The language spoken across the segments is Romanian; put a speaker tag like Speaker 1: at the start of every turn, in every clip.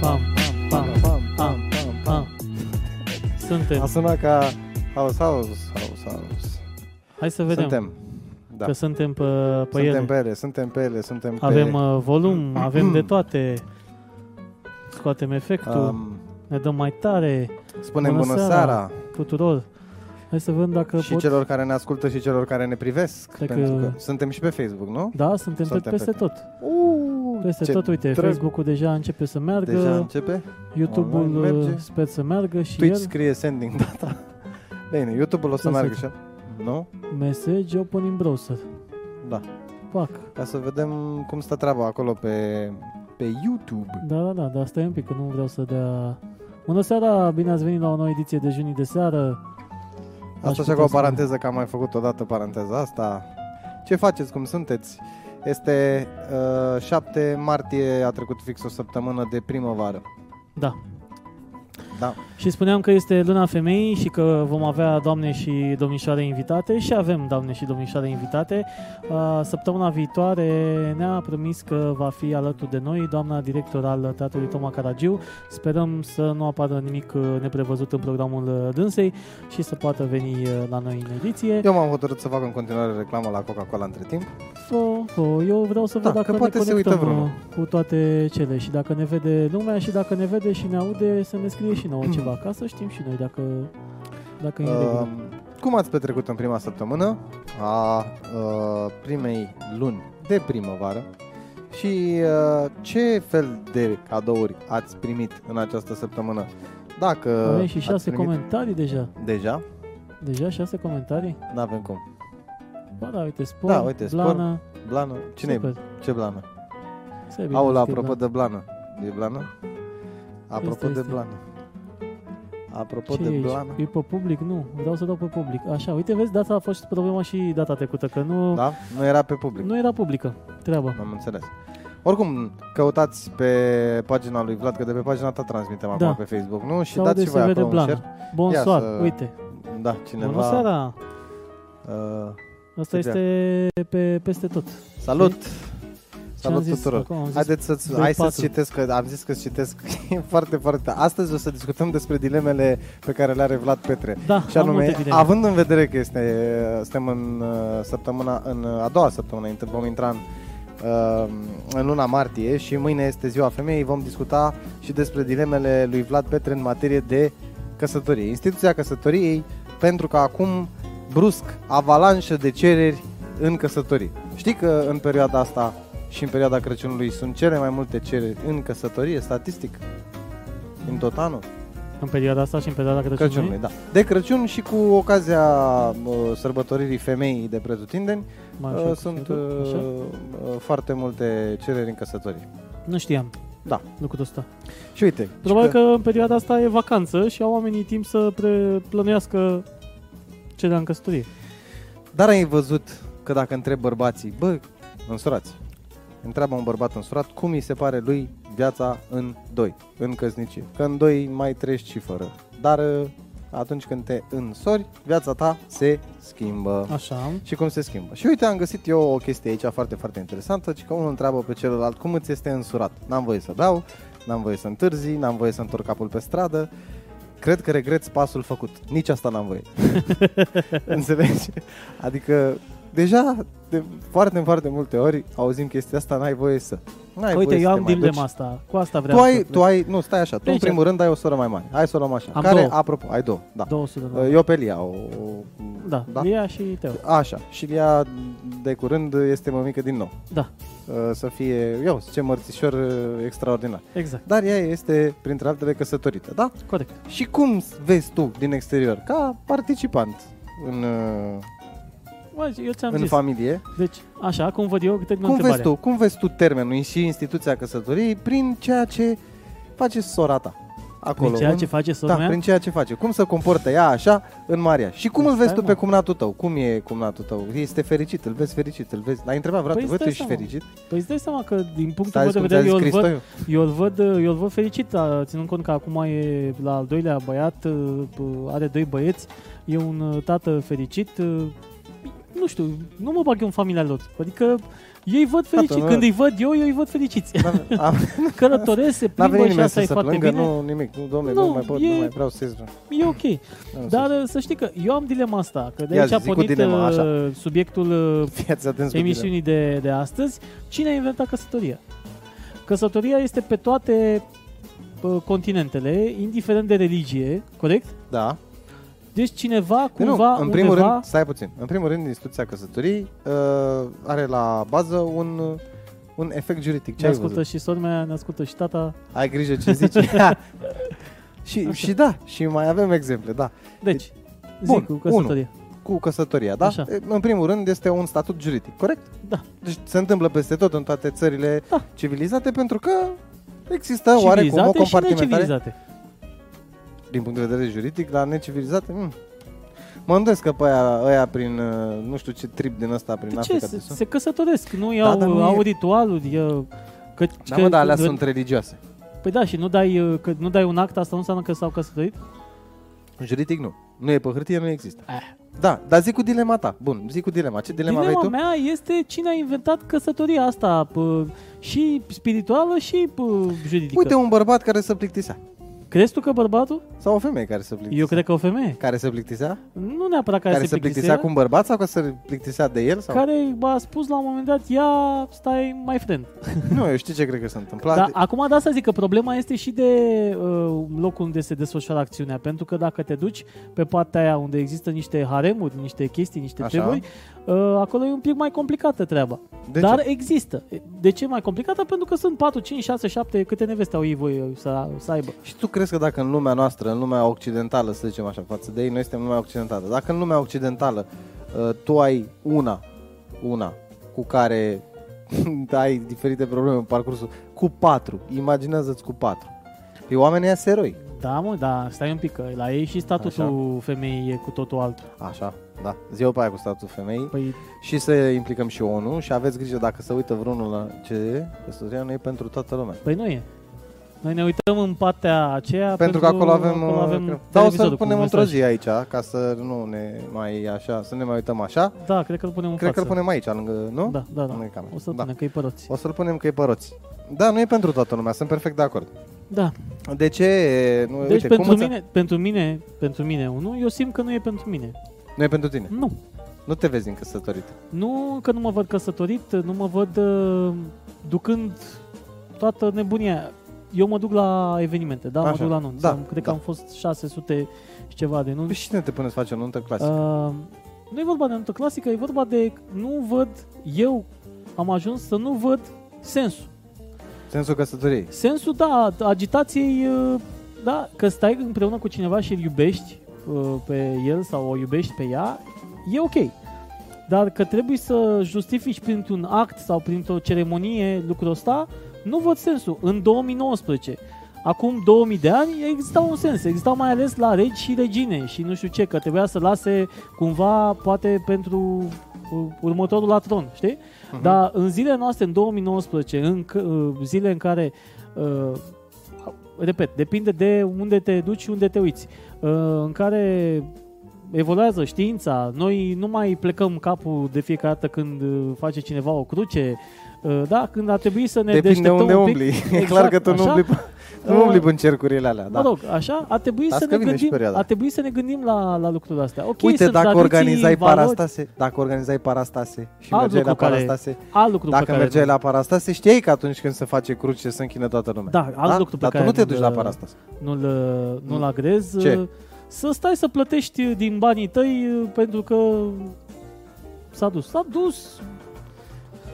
Speaker 1: pam, pam, pam, pam, pam, pam.
Speaker 2: A
Speaker 1: Suntem.
Speaker 2: sunat ca house, house, house, house.
Speaker 1: Hai să vedem.
Speaker 2: Suntem. Da.
Speaker 1: Că suntem pe, pe
Speaker 2: suntem
Speaker 1: ele.
Speaker 2: pe ele, suntem pe ele, suntem pe...
Speaker 1: Avem uh, volum, avem de toate. Scoatem efectul, um,
Speaker 2: um,
Speaker 1: ne dăm mai tare
Speaker 2: spunem
Speaker 1: bună
Speaker 2: bună
Speaker 1: seara.
Speaker 2: seara,
Speaker 1: tuturor. Hai să vedem dacă
Speaker 2: și
Speaker 1: pot.
Speaker 2: celor care ne ascultă și celor care ne privesc.
Speaker 1: Cred
Speaker 2: pentru
Speaker 1: că-
Speaker 2: că suntem și pe Facebook, nu?
Speaker 1: Da, suntem, tot
Speaker 2: Suntem
Speaker 1: peste
Speaker 2: pe-
Speaker 1: tot.
Speaker 2: Uh,
Speaker 1: Peste
Speaker 2: ce
Speaker 1: tot, uite,
Speaker 2: drăg.
Speaker 1: Facebook-ul deja începe să meargă,
Speaker 2: Deja începe?
Speaker 1: YouTube-ul
Speaker 2: online merge.
Speaker 1: uh, sper să meargă și
Speaker 2: Twitch
Speaker 1: el,
Speaker 2: scrie sending data. Bine, YouTube-ul o să
Speaker 1: Cum
Speaker 2: meargă
Speaker 1: să-
Speaker 2: și Nu?
Speaker 1: message, open in browser.
Speaker 2: Da.
Speaker 1: Pac.
Speaker 2: Ca să vedem cum stă treaba acolo pe, pe YouTube.
Speaker 1: Da, da, da, dar stai un pic, că nu vreau să dea... Bună seara, bine ați venit la o nouă ediție de Junii de seară. Aș
Speaker 2: Asta așa
Speaker 1: putea
Speaker 2: cu o
Speaker 1: să-
Speaker 2: paranteză, că am mai făcut odată paranteza asta. Ce faceți, cum sunteți? Este uh, 7 martie, a trecut fix o săptămână de primăvară.
Speaker 1: Da.
Speaker 2: Da.
Speaker 1: Și spuneam că este luna femeii și că vom avea doamne și domnișoare invitate și avem doamne și domnișoare invitate. Uh, Săptămâna viitoare ne-a promis că va fi alături de noi doamna director al Teatrului Toma Caragiu. Sperăm să nu apară nimic uh, neprevăzut în programul uh, dânsei și să poată veni uh, la noi în ediție.
Speaker 2: Eu m-am hotărât să fac în continuare reclamă la Coca-Cola între timp.
Speaker 1: Fo, fo, eu vreau să văd
Speaker 2: Da,
Speaker 1: dacă
Speaker 2: că poate
Speaker 1: ne
Speaker 2: se uită
Speaker 1: conectăm
Speaker 2: vreunul.
Speaker 1: uh, cu toate cele și dacă ne vede lumea și dacă ne vede și ne aude să ne scrie și nouă ceva, ca să știm și noi dacă, dacă e în
Speaker 2: Uh,
Speaker 1: regulă.
Speaker 2: cum ați petrecut în prima săptămână a uh, primei luni de primăvară și uh, ce fel de cadouri ați primit în această săptămână? Dacă
Speaker 1: Avem și
Speaker 2: ați
Speaker 1: șase
Speaker 2: primit
Speaker 1: comentarii deja.
Speaker 2: deja,
Speaker 1: Deja șase comentarii?
Speaker 2: nu avem cum.
Speaker 1: Ba da, uite, spor,
Speaker 2: Da, uite, spor.
Speaker 1: blană,
Speaker 2: Blană, cine e?
Speaker 1: super.
Speaker 2: Ce blană?
Speaker 1: Să e bine
Speaker 2: Aula,
Speaker 1: scris,
Speaker 2: apropo
Speaker 1: da.
Speaker 2: de blană. E blană? Apropo
Speaker 1: Este,
Speaker 2: de
Speaker 1: este.
Speaker 2: blană. Apropo
Speaker 1: Ce
Speaker 2: de
Speaker 1: e aici?
Speaker 2: blană.
Speaker 1: E pe public? Nu, vreau să dau pe public. Așa, uite, vezi, data a fost problema și data trecută, că nu,
Speaker 2: Da? Nu era pe public.
Speaker 1: nu era publică treaba.
Speaker 2: Am înțeles. Oricum, căutați pe pagina lui Vlad, că de pe pagina ta transmitem
Speaker 1: Da.
Speaker 2: acum pe Facebook, nu? Și
Speaker 1: Sau
Speaker 2: dați
Speaker 1: de
Speaker 2: și
Speaker 1: se
Speaker 2: voi
Speaker 1: vede
Speaker 2: acolo un
Speaker 1: blană.
Speaker 2: share.
Speaker 1: Bun
Speaker 2: Ia
Speaker 1: soar,
Speaker 2: să-
Speaker 1: uite.
Speaker 2: Da,
Speaker 1: Bună
Speaker 2: cineva...
Speaker 1: seara!
Speaker 2: Uh,
Speaker 1: Asta
Speaker 2: Să
Speaker 1: este pe, peste tot.
Speaker 2: salut!
Speaker 1: Ce am
Speaker 2: Salut
Speaker 1: zis
Speaker 2: tuturor!
Speaker 1: acum? Am zis
Speaker 2: Haideți să
Speaker 1: de
Speaker 2: hai să
Speaker 1: patru.
Speaker 2: citesc, că am zis că citesc E foarte, foarte... Astăzi o să discutăm despre dilemele pe care le are Vlad Petre.
Speaker 1: Da,
Speaker 2: Și
Speaker 1: am multe
Speaker 2: anume,
Speaker 1: dileme.
Speaker 2: având în vedere că este, suntem în uh, săptămâna, în uh, a doua săptămână, int- vom intra în, uh, în luna martie și mâine este ziua femeii, vom discuta și despre dilemele lui Vlad Petre în materie de căsătorie. Instituția căsătoriei, pentru că acum, brusc, avalanșă de cereri în căsătorii. Știi că în perioada asta și în perioada Crăciunului sunt cele mai multe cereri în căsătorie, statistic, în tot anul?
Speaker 1: În perioada asta și în perioada Crăciunului.
Speaker 2: Crăciunului, da. De Crăciun și cu ocazia uh, sărbătoririi femeii de pretutindeni,
Speaker 1: Mai așa,
Speaker 2: uh,
Speaker 1: cu
Speaker 2: sunt
Speaker 1: șerul,
Speaker 2: uh,
Speaker 1: așa.
Speaker 2: uh, foarte multe cereri în căsătorii.
Speaker 1: Nu știam.
Speaker 2: Da.
Speaker 1: Lucrul ăsta.
Speaker 2: Și uite,
Speaker 1: Probabil
Speaker 2: și
Speaker 1: că în perioada asta e vacanță și au oamenii timp să pre- plănuiască cererea în căsătorie.
Speaker 2: Dar ai văzut că dacă întreb bărbații, bă, însurați, întreabă un bărbat însurat cum îi se pare lui viața în doi, în căsnicie. Că în doi mai treci și fără. Dar uh, atunci când te însori, viața ta se schimbă.
Speaker 1: Așa.
Speaker 2: și cum se schimbă. Și uite, am găsit eu o chestie aici foarte, foarte interesantă, ci că unul întreabă pe celălalt cum îți este însurat. N-am voie să beau, n-am voie să întârzi, n-am voie să întorc capul pe stradă. Cred că regreți pasul făcut. Nici asta n-am voie. Înțelegi? Adică, deja de foarte, foarte multe ori auzim chestia asta, n-ai voie să. N-ai
Speaker 1: Uite,
Speaker 2: voie
Speaker 1: eu
Speaker 2: să te
Speaker 1: am
Speaker 2: mai duci.
Speaker 1: dilema asta. Cu asta vreau
Speaker 2: Tu ai,
Speaker 1: să...
Speaker 2: tu ai, nu, stai așa, tu în
Speaker 1: Deci-
Speaker 2: primul rând ai o soră mai mare. Hai să o luăm așa.
Speaker 1: Am
Speaker 2: care,
Speaker 1: două.
Speaker 2: apropo, ai două, da.
Speaker 1: 200 de
Speaker 2: Eu pe Lia, o, o-
Speaker 1: Da, da. Lia și Teo.
Speaker 2: Așa, și ea de curând este mămică din nou.
Speaker 1: Da,
Speaker 2: Uh, Să fie, eu, ce mărțișor uh, extraordinar.
Speaker 1: exact,
Speaker 2: Dar ea este, printre altele, căsătorită, da?
Speaker 1: corect.
Speaker 2: Și cum vezi tu din exterior, ca participant în, uh,
Speaker 1: Bă, eu ți-am
Speaker 2: în
Speaker 1: zis.
Speaker 2: familie,
Speaker 1: Deci, așa, cum văd eu, Deci, termin
Speaker 2: cum vezi,
Speaker 1: întrebarea.
Speaker 2: tu, cum vezi tu termenul și instituția căsătoriei prin ceea ce face sora ta acolo?
Speaker 1: Prin ceea
Speaker 2: în-
Speaker 1: ce face sora
Speaker 2: da,
Speaker 1: mea?
Speaker 2: prin ceea ce face. Cum se comportă ea așa în mariaj? Și cum
Speaker 1: Păi
Speaker 2: îl vezi
Speaker 1: stai,
Speaker 2: tu pe
Speaker 1: mă.
Speaker 2: cumnatul tău? Cum e cumnatul tău? Este fericit, îl vezi fericit, îl vezi. L-ai întrebat vreodată,
Speaker 1: Păi
Speaker 2: păi, tu
Speaker 1: stai
Speaker 2: ești
Speaker 1: seama.
Speaker 2: fericit?
Speaker 1: Păi îți dai seama că, din punctul
Speaker 2: Stai,
Speaker 1: meu de
Speaker 2: cum ți-a
Speaker 1: vedere, eu
Speaker 2: zis
Speaker 1: îl văd
Speaker 2: Cristoiu?
Speaker 1: Eu îl văd, eu îl văd fericit, a, ținând cont că acum e la al doilea băiat, uh, p- are doi băieți, e un uh, tată fericit. uh, Nu știu, nu mă bag eu în familia lor. Adică Eu îi văd fericiți.
Speaker 2: Tată, nu-
Speaker 1: Când îi văd eu, eu îi văd fericiți.
Speaker 2: N-a- am-
Speaker 1: Călătoresc, se
Speaker 2: N-a
Speaker 1: plimbă
Speaker 2: venit
Speaker 1: și
Speaker 2: nimeni
Speaker 1: asta
Speaker 2: să
Speaker 1: e
Speaker 2: se
Speaker 1: foarte
Speaker 2: plângă,
Speaker 1: bine.
Speaker 2: nu, nimic. Nu, domne,
Speaker 1: Nu,
Speaker 2: nu, mai pot,
Speaker 1: e-
Speaker 2: nu mai vreau să
Speaker 1: E ok. Dar uh, să știi că eu am dilema asta, că de
Speaker 2: Ia
Speaker 1: aici a
Speaker 2: zi, zi cu
Speaker 1: pornit
Speaker 2: dilema, așa.
Speaker 1: uh, subiectul uh,
Speaker 2: Fiați atenți cu tine.
Speaker 1: emisiunii de, de astăzi. Cine a inventat căsătoria? Căsătoria este pe toate uh, continentele, indiferent de religie, corect?
Speaker 2: Da.
Speaker 1: Deci cineva,
Speaker 2: Păi
Speaker 1: cumva,
Speaker 2: nu, în primul
Speaker 1: undeva...
Speaker 2: rând, stai puțin. În primul rând, instituția căsătorii uh, are la bază un, un efect juridic. Ce
Speaker 1: ne
Speaker 2: ai
Speaker 1: ascultă
Speaker 2: văzut?
Speaker 1: și sora mea, ne ascultă și tata.
Speaker 2: Ai grijă ce zici. și, și da, și mai avem exemple, da.
Speaker 1: Deci,
Speaker 2: Bun,
Speaker 1: zic cu căsătoria.
Speaker 2: Cu căsătoria, da?
Speaker 1: Așa.
Speaker 2: E, În primul rând, este un statut juridic, corect?
Speaker 1: Da.
Speaker 2: Deci se întâmplă peste tot în toate țările
Speaker 1: Da.
Speaker 2: civilizate pentru că există Da, oarecum o
Speaker 1: Civilizate și
Speaker 2: compartimentare
Speaker 1: necivilizate.
Speaker 2: din punct de vedere juridic, la necivilizate, mm. mă îndoiesc că pe aia, aia prin, uh, nu știu ce trib din ăsta, prin
Speaker 1: De ce?
Speaker 2: Africa
Speaker 1: Se,
Speaker 2: de Sud.
Speaker 1: se căsătoresc, nu iau,
Speaker 2: dar nu e-
Speaker 1: au ritualuri, eu, că,
Speaker 2: Da,
Speaker 1: că-
Speaker 2: mă, dar alea
Speaker 1: că-
Speaker 2: sunt religioase.
Speaker 1: Păi da, și nu dai, uh, că nu dai un act, asta nu înseamnă că s-au căsătorit?
Speaker 2: Juridic nu. Nu e pe hârtie, nu există.
Speaker 1: Ah.
Speaker 2: Da, dar zic cu dilema ta. Bun, zic cu dilema. Ce dilema,
Speaker 1: Dilema
Speaker 2: aveai tu?
Speaker 1: mea este cine a inventat căsătoria asta, pă, și spirituală și pă, juridică.
Speaker 2: Uite un bărbat care se plictisea.
Speaker 1: Crezi tu că bărbatul?
Speaker 2: Sau o femeie care se plictisea.
Speaker 1: Eu cred că o femeie.
Speaker 2: Care se plictisea?
Speaker 1: Nu neapărat care,
Speaker 2: care
Speaker 1: se
Speaker 2: se plictisea
Speaker 1: plictisea,
Speaker 2: cu un bărbat sau că se plictisea de el? Sau?
Speaker 1: care a spus la un moment dat, ia, stai, mai friend.
Speaker 2: Nu, eu știu ce cred că s-a întâmplat.
Speaker 1: Dar Da, acum de asta zic că problema este și de uh, locul unde se desfășoară acțiunea, pentru că dacă te duci pe partea aia unde există niște haremuri, niște chestii, niște
Speaker 2: Așa.
Speaker 1: treburi, uh, acolo e un pic mai complicată treaba.
Speaker 2: De
Speaker 1: Dar
Speaker 2: ce?
Speaker 1: există. De ce e mai complicată? Pentru că sunt 4, 5, 6, 7 câte neveste au ei voi uh, să, să aibă.
Speaker 2: Și tu crezi că dacă în lumea noastră, în lumea occidentală, să zicem așa, față de ei, noi suntem lumea occidentală. Dacă în lumea occidentală uh, tu ai una, una cu care ai diferite probleme în parcursul, cu patru, imaginează-ți cu patru. E oamenii ăia sunt eroi.
Speaker 1: Da, mă, dar stai un pic, că la ei și statutul femeii e cu totul altul.
Speaker 2: Așa, da. Ziua pe aia cu statul femeii.
Speaker 1: Păi,
Speaker 2: Și să implicăm și ONU și aveți grijă dacă se uită vreunul la ce căsătoria nu e pentru toată lumea.
Speaker 1: păi nu e. Noi ne uităm în partea aceea
Speaker 2: Pentru că acolo avem,
Speaker 1: acolo
Speaker 2: avem
Speaker 1: avem
Speaker 2: Da, o să
Speaker 1: televizorul cu
Speaker 2: punem
Speaker 1: un
Speaker 2: într-o
Speaker 1: mesaj.
Speaker 2: zi aici, ca să nu ne mai așa, să ne mai uităm așa.
Speaker 1: Da, cred că îl punem în
Speaker 2: Cred că
Speaker 1: față.
Speaker 2: îl punem aici, lângă, nu?
Speaker 1: Da, da, da.
Speaker 2: Lângă cameră.
Speaker 1: O să-l
Speaker 2: da.
Speaker 1: punem, că e păroți.
Speaker 2: O să-l punem că e păroți. Da, nu e pentru toată lumea, sunt perfect de acord.
Speaker 1: Da.
Speaker 2: De ce? Nu,
Speaker 1: Deci
Speaker 2: uite, cum
Speaker 1: pentru,
Speaker 2: îți-
Speaker 1: mine, pentru mine, pentru mine, unul, eu simt că nu e pentru mine.
Speaker 2: Nu e pentru tine.
Speaker 1: Nu.
Speaker 2: Nu te vezi în căsătorit.
Speaker 1: Nu că nu mă văd căsătorit, nu mă văd uh, ducând toată nebunia aia. Eu mă duc la evenimente, da? Mă
Speaker 2: Așa,
Speaker 1: duc la anunț.
Speaker 2: da,
Speaker 1: am, cred
Speaker 2: da.
Speaker 1: că am fost 600 și ceva de
Speaker 2: Păi
Speaker 1: nunți.
Speaker 2: și cine te pune să faci o nuntă clasică? Uh,
Speaker 1: Uh, nu e vorba de anunță clasică, e vorba de nu văd, eu am ajuns să nu văd sensul.
Speaker 2: Sensul căsătoriei.
Speaker 1: Sensul, da, agitației, uh, da, că stai împreună cu cineva și îl iubești uh, pe el sau o iubești pe ea, e ok. Dar că trebuie să justifici printr-un act sau printr-o ceremonie lucrul ăsta, nu văd sensul. În 2019, acum 2000 de ani, exista un sens. Exista mai ales la regi și regine și nu știu ce, că trebuia să lase cumva, poate pentru uh, următorul la tron, știi?
Speaker 2: Mhm.
Speaker 1: Dar în zilele noastre, în 2019, în c- uh, zile în care, uh, repet, depinde de unde te duci și unde te uiți, uh, în care evoluează știința, noi nu mai plecăm capul de fiecare dată când uh, face cineva o cruce, uh, da, când ar trebui să ne
Speaker 2: Depinde
Speaker 1: deșteptăm
Speaker 2: unde
Speaker 1: un pic. Exact,
Speaker 2: umbli. e clar că tu nu
Speaker 1: așa?
Speaker 2: umbli, pe- nu
Speaker 1: Uh,
Speaker 2: umbli în cercurile alea. Da.
Speaker 1: Mă rog, așa, ar trebui,
Speaker 2: Las
Speaker 1: să
Speaker 2: că
Speaker 1: ne,
Speaker 2: vine și
Speaker 1: gândim,
Speaker 2: perioada.
Speaker 1: ar trebui să ne gândim la, la lucrurile astea. Ok,
Speaker 2: Uite,
Speaker 1: sunt
Speaker 2: dacă
Speaker 1: tradiții,
Speaker 2: organizai
Speaker 1: valori,
Speaker 2: parastase, dacă organizai parastase și
Speaker 1: Alt
Speaker 2: mergeai la
Speaker 1: lucru care-
Speaker 2: parastase,
Speaker 1: Alt lucru pe
Speaker 2: dacă
Speaker 1: care
Speaker 2: mergeai
Speaker 1: nu-
Speaker 2: la parastase, știai că atunci când se face cruce se închină toată lumea.
Speaker 1: Da, alt lucru pe
Speaker 2: Dar
Speaker 1: care
Speaker 2: tu nu te
Speaker 1: nu
Speaker 2: duci
Speaker 1: le-
Speaker 2: la parastase.
Speaker 1: nu-l, uh, nu-l agrez.
Speaker 2: Mm. Ce?
Speaker 1: Să stai să plătești uh, din banii tăi uh, pentru că s-a dus. S-a dus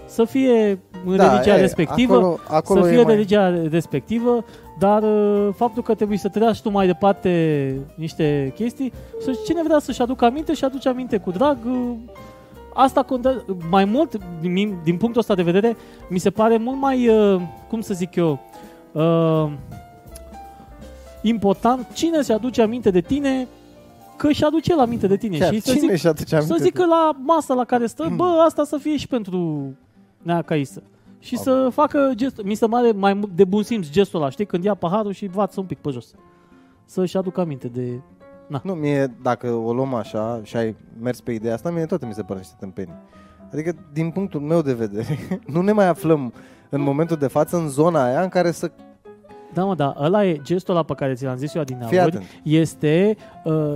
Speaker 1: să fie în
Speaker 2: Da,
Speaker 1: religia
Speaker 2: e,
Speaker 1: respectivă,
Speaker 2: Acolo, acolo
Speaker 1: să
Speaker 2: e
Speaker 1: fie
Speaker 2: mai...
Speaker 1: religia respectivă, dar uh, faptul că trebuie să treci tu mai departe niște chestii, să cine vrea să-și aducă aminte și aduce aminte cu drag, uh, asta contează mai mult, din, din punctul ăsta de vedere, mi se pare mult mai, uh, cum să zic eu, uh, important cine se aduce aminte de tine, că și aduce la aminte de tine.
Speaker 2: Chiar,
Speaker 1: și să
Speaker 2: cine
Speaker 1: zic,
Speaker 2: își aduce aminte? Hmm.
Speaker 1: să zic că la masa la care stă, bă, asta să fie și pentru Nea Caisă. Și
Speaker 2: Am.
Speaker 1: să facă gest, mi se mare mai mult de bun simț gestul ăla, știi, când ia paharul și vață un pic pe jos. Să-și aduc aminte de...
Speaker 2: Nu, mie, dacă o luăm așa și ai mers pe ideea asta, mie tot mi se pare niște tâmpenii. Adică, din punctul meu de vedere, nu ne mai aflăm în momentul de față în zona aia în care să
Speaker 1: Da, mă, da, ăla e gestul ăla pe care ți l-am zis eu din
Speaker 2: fii atent.
Speaker 1: este uh,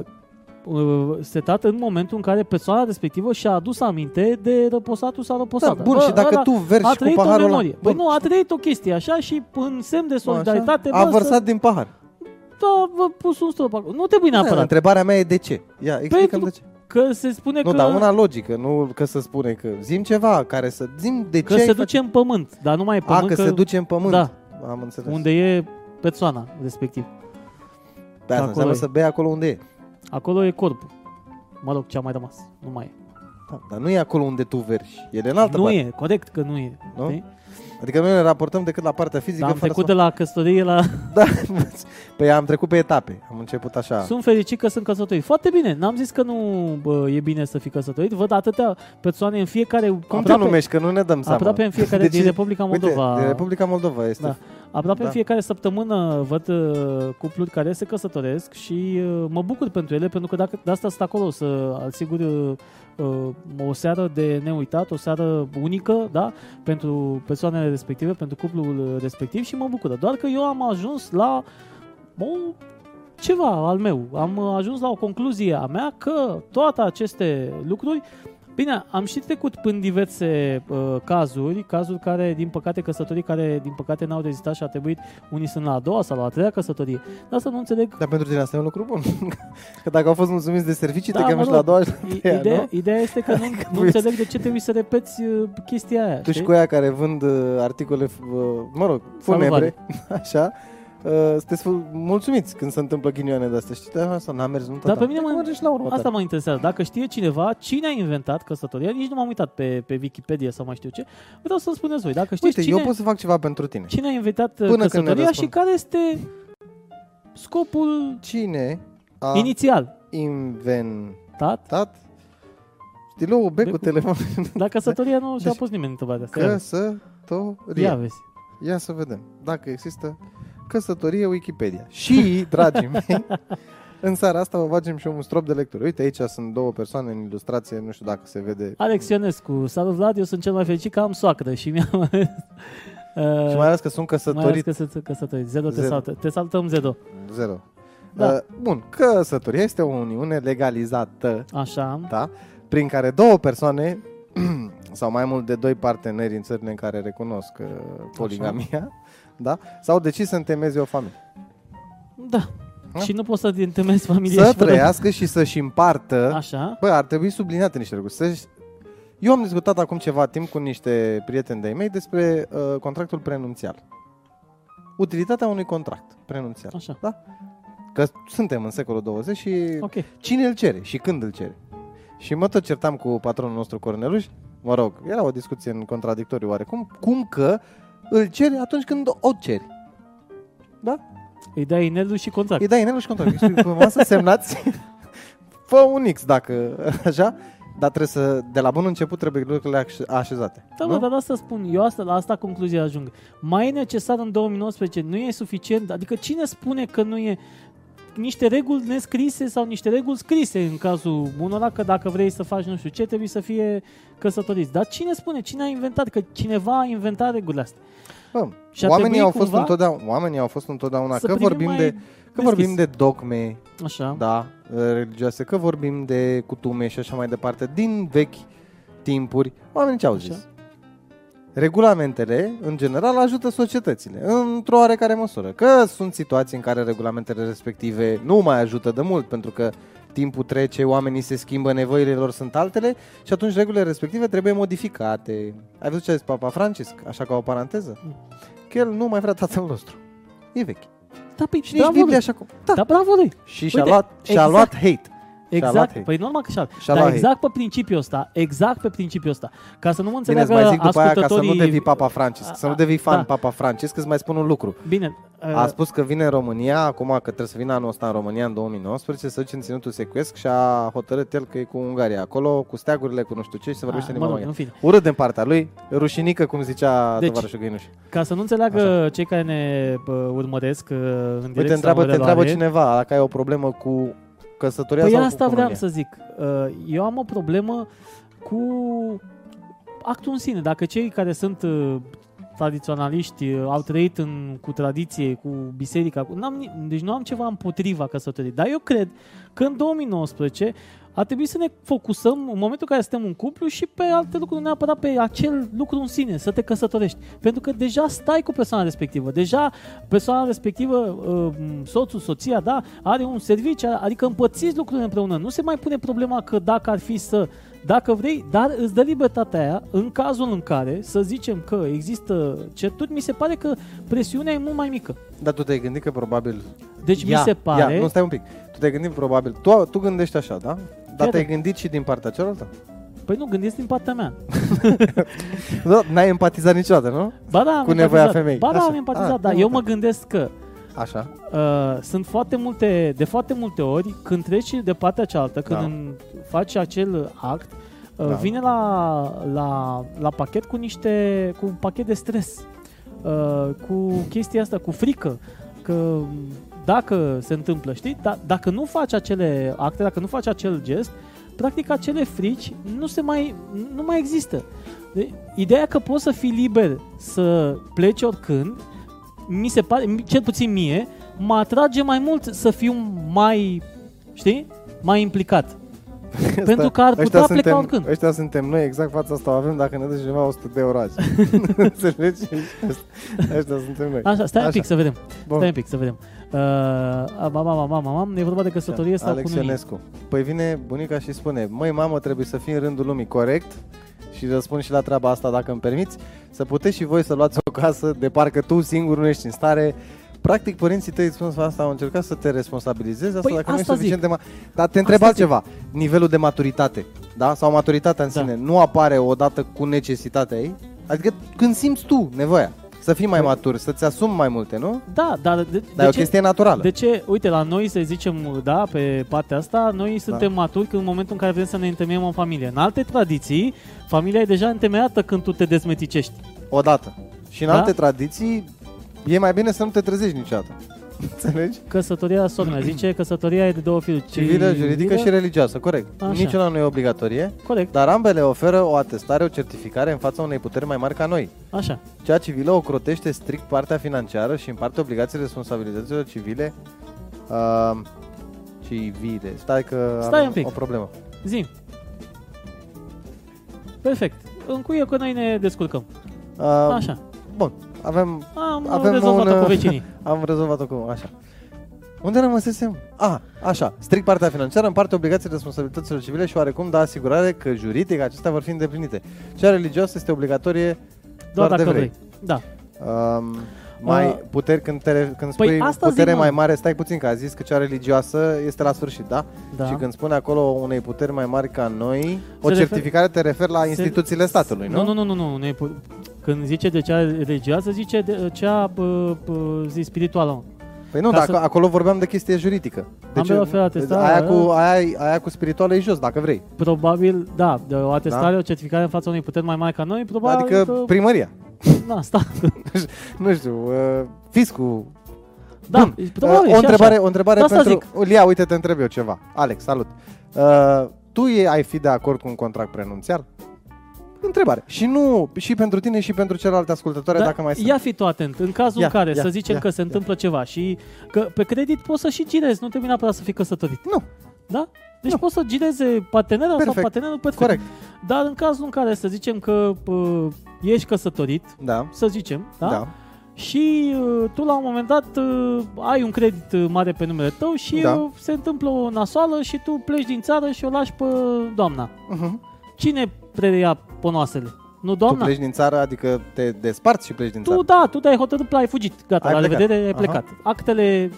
Speaker 1: uh, setat în momentul în care persoana respectivă și-a adus aminte de răposatul sau
Speaker 2: Da,
Speaker 1: răposata.
Speaker 2: bun, și dacă
Speaker 1: ăla
Speaker 2: tu
Speaker 1: a
Speaker 2: vergi cu
Speaker 1: trăit o
Speaker 2: paharul ăla,
Speaker 1: memorie. Bă, nu, a trăit o chestie așa și în semn de
Speaker 2: bă, așa,
Speaker 1: solidaritate
Speaker 2: a
Speaker 1: bă, să-
Speaker 2: vărsat din pahar.
Speaker 1: Da, vă pus un strop acolo. Nu trebuie
Speaker 2: Da,
Speaker 1: neapărat.
Speaker 2: întrebarea mea e de ce. Ia, explicăm de ce.
Speaker 1: Că se spune
Speaker 2: Nu,
Speaker 1: că,
Speaker 2: dar una logică, nu că să spune că zim ceva care să zim de
Speaker 1: că
Speaker 2: ce
Speaker 1: se
Speaker 2: ai
Speaker 1: duce în pământ, dar nu mai e
Speaker 2: fac-
Speaker 1: pământ
Speaker 2: A, că, se duce în pământ.
Speaker 1: Da.
Speaker 2: Am înțeles.
Speaker 1: unde e persoana respectiv.
Speaker 2: Da, asta
Speaker 1: Acolo
Speaker 2: înseamnă
Speaker 1: e.
Speaker 2: să bei acolo unde e.
Speaker 1: Acolo e corpul. Mă rog, ce a mai rămas. Nu mai e.
Speaker 2: Da, dar nu e acolo unde tu vergi. E de în altă
Speaker 1: nu
Speaker 2: parte.
Speaker 1: e, corect că nu e.
Speaker 2: Nu?
Speaker 1: știi?
Speaker 2: Adică noi ne raportăm decât la partea fizică.
Speaker 1: Dar Da, am
Speaker 2: fără
Speaker 1: trecut de
Speaker 2: să...
Speaker 1: la căsătorie la...
Speaker 2: Da, păi am trecut pe etape. Am început așa.
Speaker 1: Sunt fericit că sunt căsătorit. Foarte bine. N-am zis că nu bă, e bine să fii căsătorit. Văd atâtea persoane în fiecare...
Speaker 2: Cum te
Speaker 1: aproape-
Speaker 2: numești? Că nu ne dăm seama.
Speaker 1: Aproape în fiecare...
Speaker 2: Deci-
Speaker 1: din Republica Moldova.
Speaker 2: Uite, din Republica Moldova este.
Speaker 1: Da. Aproape
Speaker 2: Da.
Speaker 1: în fiecare săptămână văd uh, cupluri care se căsătoresc și uh, mă bucur pentru ele, pentru că dacă de asta sunt acolo să asigur uh, uh, o seară de neuitat, o seară unică, da, pentru persoanele respective, pentru cuplul uh, respectiv și mă bucură. Doar că eu am ajuns la o ceva al meu. Am uh, ajuns la o concluzie a mea că toate aceste lucruri Bine, am și trecut prin diverse uh, cazuri, cazuri care, din păcate, căsătorii care, din păcate, n-au rezistat și a trebuit, unii sunt la a doua sau la a treia căsătorie. Dar să nu înțeleg.
Speaker 2: Dar pentru tine asta e un lucru bun. că dacă au fost mulțumiți de servicii,
Speaker 1: Da,
Speaker 2: te
Speaker 1: mă
Speaker 2: cheamă și la
Speaker 1: rog.
Speaker 2: a doua și
Speaker 1: I-
Speaker 2: treia,
Speaker 1: ideea,
Speaker 2: nu?
Speaker 1: ideea este că nu, nu
Speaker 2: vezi.
Speaker 1: înțeleg de ce trebuie să repeți uh, chestia aia.
Speaker 2: Tu și
Speaker 1: știi?
Speaker 2: cu aia care vând uh, articole, f- uh, mă rog, funebre, așa, uh, sunteți fu- mulțumiți când se întâmplă ghinioane de astea. Știi, dar asta n-a mers, nu
Speaker 1: Dar pe mine mă-
Speaker 2: mergi la urmă.
Speaker 1: Asta mă interesează. Dacă știe cineva cine a inventat căsătoria, nici nu m-am uitat pe, pe Wikipedia sau mai știu ce, vreau să-mi spuneți voi. Dacă știți
Speaker 2: Uite,
Speaker 1: cine,
Speaker 2: eu pot să fac ceva pentru tine.
Speaker 1: cine a inventat uh,
Speaker 2: Până când ne
Speaker 1: căsătoria și
Speaker 2: răspund.
Speaker 1: care este scopul
Speaker 2: Cine a
Speaker 1: inițial.
Speaker 2: inventat
Speaker 1: Tat?
Speaker 2: stilou becul
Speaker 1: Becul.
Speaker 2: telefonului
Speaker 1: La căsătorie nu și-a
Speaker 2: Deci-
Speaker 1: pus nimeni întrebarea asta. Ia,
Speaker 2: căsătorie?
Speaker 1: ia vezi.
Speaker 2: Ia să vedem dacă există căsătorie Wikipedia. Și, dragii mei, în seara asta vă facem și un strop de lectură. Uite, aici sunt două persoane în ilustrație, nu știu dacă se vede.
Speaker 1: Alex Ionescu, salut Vlad, eu sunt cel mai fericit că am soacră și mi-am ales... uh,
Speaker 2: Și mai ales că sunt
Speaker 1: mai ales
Speaker 2: căsătorit.
Speaker 1: că sunt căsătorit. Zedo, te,
Speaker 2: Zedo.
Speaker 1: salută. te salutăm, Zedo.
Speaker 2: Zero.
Speaker 1: Da.
Speaker 2: Uh, Bun, căsătoria este o uniune legalizată,
Speaker 1: Așa, da.
Speaker 2: da? Prin care două persoane sau mai mult de doi parteneri în țările în care recunosc uh, poligamia, da? S-au decis să întemeieze o familie.
Speaker 1: da.
Speaker 2: Ha?
Speaker 1: Și nu poți să întemezi familia
Speaker 2: Să
Speaker 1: și fără-
Speaker 2: trăiască și să-și împartă
Speaker 1: Așa,
Speaker 2: Bă, ar trebui subliniate niște lucruri. Să-și... Eu am discutat acum ceva timp cu niște prieteni de-ai mei despre uh, contractul prenunțial. Utilitatea unui contract prenunțial. da?
Speaker 1: așa.
Speaker 2: Că suntem în secolul 20 și
Speaker 1: Ok.
Speaker 2: cine îl cere și când îl cere. Și mă tot certam cu patronul nostru Corneluș, mă rog, era o discuție în contradictoriu oarecum, cum că îl ceri atunci când o ceri.
Speaker 1: Îi dai inelul și contract.
Speaker 2: Îi dai inelul și contractul. Ești pe masă, semnați. Fă un X dacă așa. Dar trebuie să, de la bun început trebuie lucrurile aș- așezate.
Speaker 1: Da, mă,
Speaker 2: nu?
Speaker 1: dar asta spun. Eu asta, la asta concluzia ajung. Mai e necesar în 2019, nu e suficient? Adică cine spune că nu e niște reguli nescrise sau niște reguli scrise în cazul unora că dacă vrei să faci nu știu ce, trebuie să fie căsătoriți. Dar cine spune? Cine a inventat? Că cineva a inventat regulile astea.
Speaker 2: Bă,
Speaker 1: Și ar
Speaker 2: oamenii,
Speaker 1: trebui
Speaker 2: au fost
Speaker 1: cumva
Speaker 2: întotdeauna, oamenii au fost întotdeauna
Speaker 1: să
Speaker 2: că
Speaker 1: privim
Speaker 2: vorbim,
Speaker 1: mai
Speaker 2: de, că
Speaker 1: deschis.
Speaker 2: vorbim de dogme
Speaker 1: Așa. Da.
Speaker 2: da, religioase, că vorbim de cutume și așa mai departe, din vechi timpuri, oamenii ce au
Speaker 1: Așa.
Speaker 2: zis? Regulamentele, în general, ajută societățile, într-o oarecare măsură. Că sunt situații în care regulamentele respective nu mai ajută de mult, pentru că timpul trece, oamenii se schimbă, nevoile lor sunt altele și atunci regulile respective trebuie modificate. Ai văzut ce a zis Papa Francisc, așa ca o paranteză?
Speaker 1: Mm.
Speaker 2: Că el nu mai vrea tatăl nostru. E vechi.
Speaker 1: Da, păi,
Speaker 2: Și nici Biblia așa cum... Da.
Speaker 1: Da, bravo lui.
Speaker 2: Și și-a
Speaker 1: Uite,
Speaker 2: luat, și-a
Speaker 1: exact.
Speaker 2: luat hate. luat hate.
Speaker 1: Exact. Păi normal că și-a
Speaker 2: Și-a luat
Speaker 1: Dar
Speaker 2: hate.
Speaker 1: exact pe principiul ăsta, exact pe principiul ăsta. Ca să nu mă
Speaker 2: Bine,
Speaker 1: înțeleagă
Speaker 2: îți mai zic după aia ca să
Speaker 1: ascultătorii...
Speaker 2: nu devii Papa Francis, să nu devii fan
Speaker 1: Da.
Speaker 2: Papa Francis, că îți mai spun un lucru.
Speaker 1: Bine. uh,
Speaker 2: A spus că vine în România, acum că trebuie să vină anul ăsta în România în 2019, să duce în ținutul secuiesc și a hotărât el că e cu Ungaria acolo, cu steagurile, cu nu știu ce și se vorbește în
Speaker 1: mă
Speaker 2: limba
Speaker 1: rog,
Speaker 2: maghiară.
Speaker 1: în fine.
Speaker 2: Urât din partea lui, rușinică, cum zicea deci,
Speaker 1: Deci,
Speaker 2: tovarășul Găinuș.
Speaker 1: Ca să nu înțeleagă cei care ne bă, urmăresc uh, în direct
Speaker 2: Uite,
Speaker 1: sau
Speaker 2: întreabă,
Speaker 1: în
Speaker 2: te întreabă
Speaker 1: reluare.
Speaker 2: cineva dacă ai o problemă cu căsătoria
Speaker 1: Păi
Speaker 2: sau
Speaker 1: asta
Speaker 2: cu
Speaker 1: vreau
Speaker 2: cununia.
Speaker 1: să zic. Uh, Eu am o problemă cu actul în sine. Dacă cei care sunt uh, tradiționaliști uh, au trăit în, cu tradiție, cu biserica, cu, n-am, ni- deci nu am ceva împotriva căsătoriei. Dar eu cred că în 2019 ar trebui să ne focusăm în momentul în care suntem un cuplu și pe alte lucruri, nu neapărat pe acel lucru în sine, să te căsătorești. Pentru că deja stai cu persoana respectivă, deja persoana respectivă, uh, soțul, soția, da, are un serviciu, adică împărțiți lucrurile împreună. Nu se mai pune problema că dacă ar fi să dacă vrei, dar îți dă libertatea aia în cazul în care, să zicem că există certuri, mi se pare că presiunea e mult mai mică.
Speaker 2: Dar tu te-ai gândit că probabil...
Speaker 1: Deci mi se pare...
Speaker 2: Ia, nu, stai un pic. Tu te-ai gândit probabil... Tu, tu gândești așa, da? Dar
Speaker 1: Iată.
Speaker 2: te-ai gândit și din partea cealaltă?
Speaker 1: Păi nu, gândesc din partea mea.
Speaker 2: Da, n-ai empatizat niciodată, nu?
Speaker 1: Ba da, am
Speaker 2: Cu nevoia
Speaker 1: empatizat.
Speaker 2: femei.
Speaker 1: Ba da,
Speaker 2: Așa.
Speaker 1: am empatizat,
Speaker 2: Ah,
Speaker 1: dar
Speaker 2: nu,
Speaker 1: eu
Speaker 2: da.
Speaker 1: mă gândesc că
Speaker 2: Așa.
Speaker 1: Uh, sunt foarte multe, de foarte multe ori, când treci de partea cealaltă, când
Speaker 2: Da.
Speaker 1: în- faci acel act, uh,
Speaker 2: Da.
Speaker 1: vine la, la, la pachet cu niște, cu un pachet de stres, uh, cu chestia asta, cu frică, că dacă se întâmplă, știi, da, dacă nu faci acele acte, dacă nu faci acel gest, practic acele frici nu se mai, nu mai există. De- Ideea că poți să fii liber să pleci oricând, mi se pare, mi- cel puțin mie, mă atrage mai mult să fiu mai, știi, mai implicat. Pentru că ar putea pleca
Speaker 2: suntem,
Speaker 1: oricând.
Speaker 2: Ăștia suntem noi, exact fața asta o avem dacă ne dă cineva 100 de euro azi. Înțelegi? Ăștia- Ăștia suntem noi.
Speaker 1: Așa, stai Așa. un pic să vedem.
Speaker 2: Bun.
Speaker 1: Stai un pic să vedem. Uh, mama, mama, mama, mama, e vorba de căsătorie sau cu
Speaker 2: Alex
Speaker 1: nunie.
Speaker 2: Ionescu. Păi vine bunica și spune, măi mamă, trebuie să fii în rândul lumii corect și răspund și la treaba asta dacă îmi permiți, să puteți și voi să luați o casă de parcă tu singur nu ești în stare Practic, părinții tăi îți spun asta, au încercat să te responsabilizezi, asta
Speaker 1: Păi,
Speaker 2: dacă nu ești
Speaker 1: asta zic.
Speaker 2: suficient de ma- Dar te întreb
Speaker 1: Asta zic.
Speaker 2: altceva, nivelul de maturitate, da? Sau maturitatea în
Speaker 1: Da.
Speaker 2: sine, nu apare odată cu necesitatea ei? Adică când simți tu nevoia să fii mai
Speaker 1: Păi-
Speaker 2: matur, să-ți asumi mai multe, nu?
Speaker 1: Da, dar de,
Speaker 2: Dar e
Speaker 1: de,
Speaker 2: o
Speaker 1: ce,
Speaker 2: chestie naturală.
Speaker 1: de ce, uite, la noi să zicem, da, pe partea asta,
Speaker 2: Da.
Speaker 1: noi suntem maturi când în momentul în care vrem să ne întemeiem o familie. În alte tradiții, familia e deja întemeiată când tu te dezmeticești.
Speaker 2: odată. Și în
Speaker 1: Da?
Speaker 2: alte tradiții e mai bine să nu te trezești niciodată. Înțelegi?
Speaker 1: Căsătoria, sormea, zice, căsătoria e de două fiuri.
Speaker 2: Civilă, juridică și religioasă, corect.
Speaker 1: Așa. Exact.
Speaker 2: Niciuna nu e obligatorie,
Speaker 1: Corect,
Speaker 2: dar ambele oferă o atestare, o certificare în fața unei puteri mai mari ca noi.
Speaker 1: așa.
Speaker 2: Cea civilă o crotește strict partea financiară și împarte obligațiile responsabilităților civile uh, civile. Stai că
Speaker 1: Stai
Speaker 2: am
Speaker 1: un pic.
Speaker 2: o problemă.
Speaker 1: Zi. Perfect. Încuie că noi ne descurcăm.
Speaker 2: Uh,
Speaker 1: Așa.
Speaker 2: Bun, avem,
Speaker 1: Am
Speaker 2: avem
Speaker 1: rezolvat-o
Speaker 2: un, uh,
Speaker 1: cu vecinii.
Speaker 2: Am rezolvat-o cu... Așa. Unde rămăsesem? A, așa. Strict partea financiară împarte obligații responsabilităților civile și oarecum da asigurare că juridic acestea vor fi îndeplinite. Cea religioasă este obligatorie
Speaker 1: Doar
Speaker 2: doar
Speaker 1: dacă
Speaker 2: de
Speaker 1: vrei.
Speaker 2: vrei.
Speaker 1: Da.
Speaker 2: Um, mai
Speaker 1: Uh,
Speaker 2: puteri când, te, re- când
Speaker 1: păi
Speaker 2: spui
Speaker 1: asta zic,
Speaker 2: putere
Speaker 1: mă.
Speaker 2: mai mare, stai puțin că a zis că cea religioasă este la sfârșit, da?
Speaker 1: da.
Speaker 2: Și când spune acolo unei puteri mai mari ca noi, o
Speaker 1: refer-
Speaker 2: certificare te refer la
Speaker 1: se-
Speaker 2: instituțiile statului, Păi nu?
Speaker 1: Nu, nu, nu, nu, nu. nu e pu- când zice de cea religioasă, zice de cea bă, bă, zi spirituală. mă.
Speaker 2: Păi nu,
Speaker 1: Ca
Speaker 2: dacă
Speaker 1: să-
Speaker 2: acolo vorbeam de chestie juridică.
Speaker 1: Ambele oferă atestare,
Speaker 2: aia, cu, aia, aia cu spirituală e jos, dacă vrei.
Speaker 1: Probabil, da, de o atestare, o certificare în fața unei puteri mai mari ca noi, probabil
Speaker 2: adică
Speaker 1: că...
Speaker 2: primăria.
Speaker 1: Na, sta.
Speaker 2: nu știu, uh, fiscul.
Speaker 1: Da,
Speaker 2: Bun. Uh,
Speaker 1: probabil și
Speaker 2: o întrebare,
Speaker 1: așa.
Speaker 2: o întrebare
Speaker 1: De asta
Speaker 2: pentru... Lia, uite, te întreb eu ceva. Alex, salut. Uh, tu e, ai fi de acord cu un contract prenunțial? Întrebare. Și nu, și pentru tine și pentru celelalte ascultătoare,
Speaker 1: Dar
Speaker 2: dacă mai sunt.
Speaker 1: Da, ia fi tu atent. În cazul
Speaker 2: Ia,
Speaker 1: în care,
Speaker 2: ia,
Speaker 1: să zicem
Speaker 2: ia,
Speaker 1: că se
Speaker 2: ia.
Speaker 1: întâmplă ceva și că pe credit poți să și girezi, nu trebuie neapărat să fii căsătorit.
Speaker 2: Nu,
Speaker 1: Da? Deci
Speaker 2: Nu.
Speaker 1: poți să gireze partenera sau
Speaker 2: Perfect.
Speaker 1: partenerul perfect.
Speaker 2: corect.
Speaker 1: Dar în cazul în care să zicem că pă, ești căsătorit,
Speaker 2: Da.
Speaker 1: să zicem, da?
Speaker 2: Da.
Speaker 1: Și uh, tu la un moment dat uh, ai un credit uh, mare pe numele tău și
Speaker 2: Da.
Speaker 1: uh, se întâmplă o nasoală și tu pleci din țară și o lași pe doamna.
Speaker 2: Mhm.
Speaker 1: Cine preia ponoasele? Nu
Speaker 2: Tu
Speaker 1: doamna?
Speaker 2: pleci din țară, adică te desparți și pleci din țară.
Speaker 1: tu da, tu te-ai hotărât, ai fugit, gata,
Speaker 2: Ai
Speaker 1: la
Speaker 2: plecat.
Speaker 1: revedere, ai
Speaker 2: Aha.
Speaker 1: plecat. Actele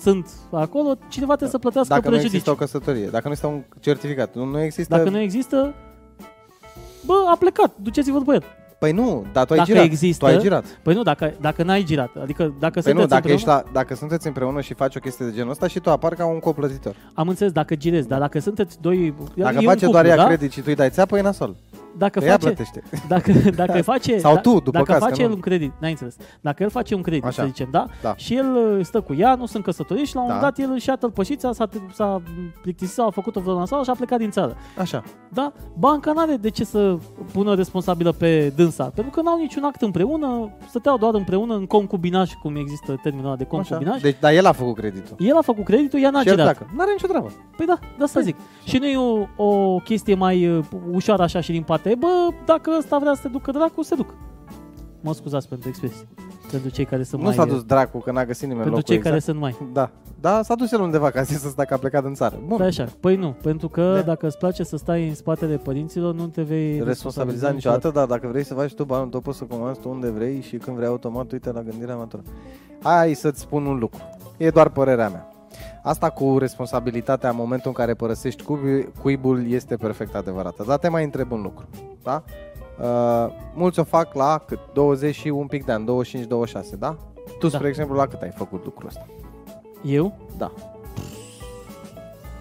Speaker 1: sunt acolo, cineva trebuie să plătească
Speaker 2: Dacă nu există
Speaker 1: prejudiciu.
Speaker 2: o căsătorie, dacă nu există un certificat, nu, nu există...
Speaker 1: Dacă nu există, bă, a plecat, duceți-vă după el.
Speaker 2: Păi nu, dar tu ai
Speaker 1: Dacă
Speaker 2: girat.
Speaker 1: există-
Speaker 2: Tu ai girat.
Speaker 1: Păi nu, dacă, dacă n-ai girat, adică dacă
Speaker 2: Păi nu,
Speaker 1: sunteți
Speaker 2: dacă, ești
Speaker 1: împreună,
Speaker 2: la, dacă sunteți împreună și faci o chestie de genul ăsta și tu apar ca un coplătitor.
Speaker 1: am înțeles, dacă girezi, dar dacă sunteți doi...
Speaker 2: Dacă
Speaker 1: e un
Speaker 2: face doar
Speaker 1: cuplu,
Speaker 2: ea
Speaker 1: da?
Speaker 2: credit și tu îi dai țeapă, e nasol.
Speaker 1: dacă
Speaker 2: Că ea
Speaker 1: face,
Speaker 2: plătește.
Speaker 1: dacă, dacă face,
Speaker 2: Sau
Speaker 1: da-
Speaker 2: tu, după
Speaker 1: dacă
Speaker 2: caz, că
Speaker 1: face
Speaker 2: nu-
Speaker 1: el un credit, n-ai înțeles. Dacă el face un credit,
Speaker 2: Așa.
Speaker 1: să zicem, da?
Speaker 2: Da.
Speaker 1: Și el uh, stă cu ea, nu sunt căsătoriți și la un
Speaker 2: Da.
Speaker 1: moment dat el și-a tălpășița, s-a, s-a plictisit, s-a făcut o vlănasală și a plecat din țară.
Speaker 2: Așa.
Speaker 1: Da? Banca n-are de ce să pună responsabilă pe dânsa, pentru că n-au niciun act împreună, stăteau doar împreună în concubinaj, cum există termenul ăla de concubinaj.
Speaker 2: Deci, dar el a făcut creditul.
Speaker 1: El a făcut creditul, ea n-a
Speaker 2: Și el
Speaker 1: girat.
Speaker 2: pleacă. N-are nicio treabă.
Speaker 1: Păi da, de asta zic. Și nu e o, o chestie mai uh, ușoară așa și din partea ei, bă, dacă ăsta vrea să te ducă dracu, se duc. Mă scuzați pentru expresie. Pentru cei care sunt
Speaker 2: Nu
Speaker 1: mai...
Speaker 2: s-a
Speaker 1: uh,
Speaker 2: dus dracu, că n-a găsit nimeni
Speaker 1: pentru
Speaker 2: locul
Speaker 1: cei
Speaker 2: exact.
Speaker 1: care sunt mai...
Speaker 2: Da. Da, s-a dus el undeva, ca zis ăsta că a plecat în țară. Bun.
Speaker 1: Da, așa. Păi nu, pentru că
Speaker 2: Da.
Speaker 1: dacă îți place să stai în spatele părinților, nu te vei
Speaker 2: responsabiliza niciodată, dar dacă vrei să faci tu banul tău, poți să comanzi tu unde vrei și când vrei automat, uite la gândirea matură. Hai să-ți spun un lucru. E doar părerea mea. Asta cu responsabilitatea în momentul în care părăsești cubi- cuibul este perfect adevărată. Dar te mai întreb un lucru. Da? Uh, mulți o fac la cât? 20 și un pic de ani, 25-26, da? Tu,
Speaker 1: Da.
Speaker 2: spre exemplu, la cât ai făcut lucrul ăsta?
Speaker 1: Eu?
Speaker 2: Da.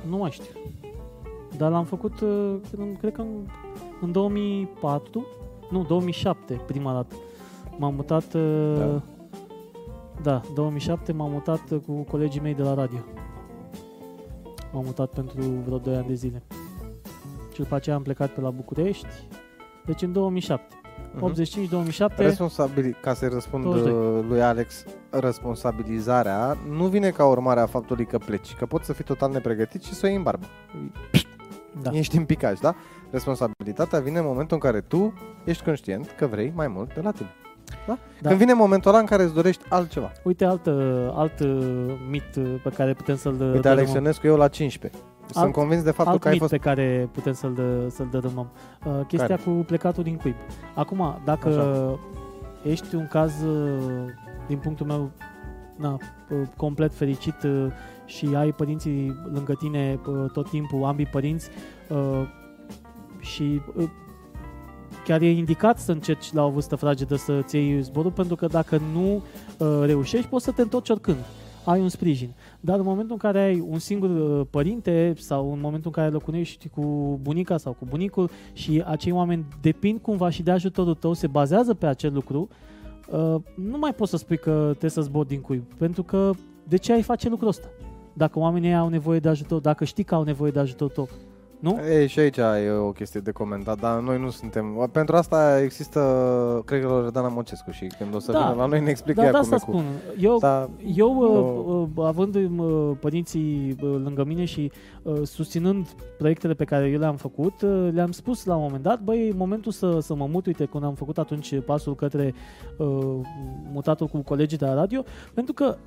Speaker 1: Nu mai știu. Dar l-am făcut, uh, în- cred că în, în 2004, nu, 2007, prima dată. M-am mutat... uh,
Speaker 2: Da.
Speaker 1: Da, 2007 m-am mutat uh, cu colegii mei de la radio. M-am mutat pentru vreo 2 ani de zile. Și după aceea am plecat pe la București. Deci în 2007.
Speaker 2: Mhm.
Speaker 1: 85-2007.
Speaker 2: Responsabil, ca să-i răspund
Speaker 1: 22.
Speaker 2: uh, lui Alex, responsabilizarea nu vine ca urmare a faptului că pleci, că poți să fii total nepregătit și să o iei în barbă.
Speaker 1: Da.
Speaker 2: Da. Ești în picaj, da? Responsabilitatea vine în momentul în care tu ești conștient că vrei mai mult de la tine. Da?
Speaker 1: Da.
Speaker 2: da. Când vine momentul ăla în care îți dorești altceva.
Speaker 1: Uite alt, uh, alt uh, mit uh, pe care putem să-l
Speaker 2: Uite,
Speaker 1: dărâmăm.
Speaker 2: Alex Ionescu, eu la 15. Sunt
Speaker 1: Alt-
Speaker 2: convins de faptul
Speaker 1: alt
Speaker 2: că ai
Speaker 1: mit
Speaker 2: fost...
Speaker 1: pe care putem să-l, dă, să-l dărâmăm. Uh, chestia
Speaker 2: Care?
Speaker 1: cu plecatul din cuib. Acum, dacă ești un caz, uh, din punctul meu, na, uh, complet fericit uh, și ai părinții lângă tine uh, tot timpul, ambii părinți, uh, și uh, chiar e indicat să încerci la o vârstă fragedă să-ți iei zborul, pentru că dacă nu uh, reușești, poți să te întorci oricând. Ai un sprijin. Dar în momentul în care ai un singur uh, părinte sau în momentul în care locuiești cu bunica sau cu bunicul și acei oameni depind cumva și de ajutorul tău, se bazează pe acel lucru, uh, nu mai poți să spui că trebuie să zbori din cuib. Pentru că de ce ai face lucrul ăsta? Dacă oamenii au nevoie de ajutor, dacă știi că au nevoie de ajutor tău, nu?
Speaker 2: Ei, și aici e o chestie de comentat, dar noi nu suntem... Pentru asta există, cred că, Loredana Mocescu și când o să
Speaker 1: Da.
Speaker 2: vină la noi ne explică
Speaker 1: Dar
Speaker 2: ea
Speaker 1: de
Speaker 2: cum e
Speaker 1: asta
Speaker 2: cu... Da.
Speaker 1: spun. Eu
Speaker 2: Dar
Speaker 1: Eu,
Speaker 2: Nu.
Speaker 1: uh, uh, având uh, părinții uh, lângă mine și uh, susținând proiectele pe care eu le-am făcut, uh, le-am spus la un moment dat, băi, e momentul să, să mă mut, uite, când am făcut atunci pasul către uh, mutatul cu colegii de la radio, pentru că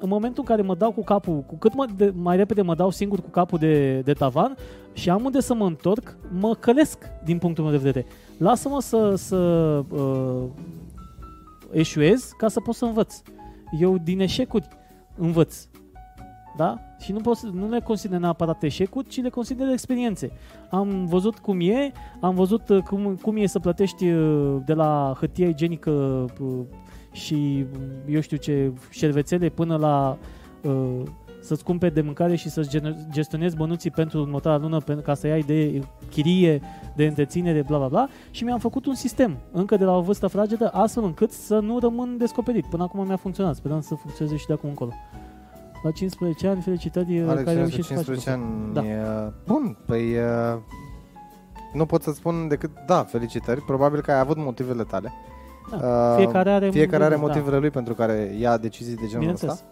Speaker 1: în momentul în care mă dau cu capul, cu cât mă, de, mai repede mă dau singur cu capul de, de tavan și am unde să mă întorc, mă călesc din punctul meu de vedere. Lasă-mă să, să uh, eșuez ca să pot să învăț. Eu din eșecuri învăț. Da? Și nu, pot, să- nu le consider neapărat eșecuri, ci le consider experiențe. Am văzut cum e, am văzut uh, cum, cum e să plătești uh, de la hârtie igienică uh, și um, eu știu ce șervețele până la uh, să-ți cumperi de mâncare și să-ți genu- gestionezi bănuții pentru următoarea lună pen- ca să ai de chirie, de întreținere, bla bla bla și mi-am făcut un sistem încă de la o vârstă fragedă astfel încât să nu rămân descoperit. Până acum mi-a funcționat, sperăm să funcționeze și de acum încolo. La 15 ani, felicitări
Speaker 2: Alex,
Speaker 1: că ai
Speaker 2: Ionescu,
Speaker 1: reușit să faci
Speaker 2: 15
Speaker 1: lucrul
Speaker 2: ani
Speaker 1: Da.
Speaker 2: e bun, păi e, nu pot să spun decât, da, felicitări, probabil că ai avut motivele tale.
Speaker 1: Da,
Speaker 2: Uh,
Speaker 1: fiecare are
Speaker 2: Fiecare are
Speaker 1: motivul, da.
Speaker 2: motivele lui pentru care ia decizii de genul ăsta.
Speaker 1: Bineînțeles.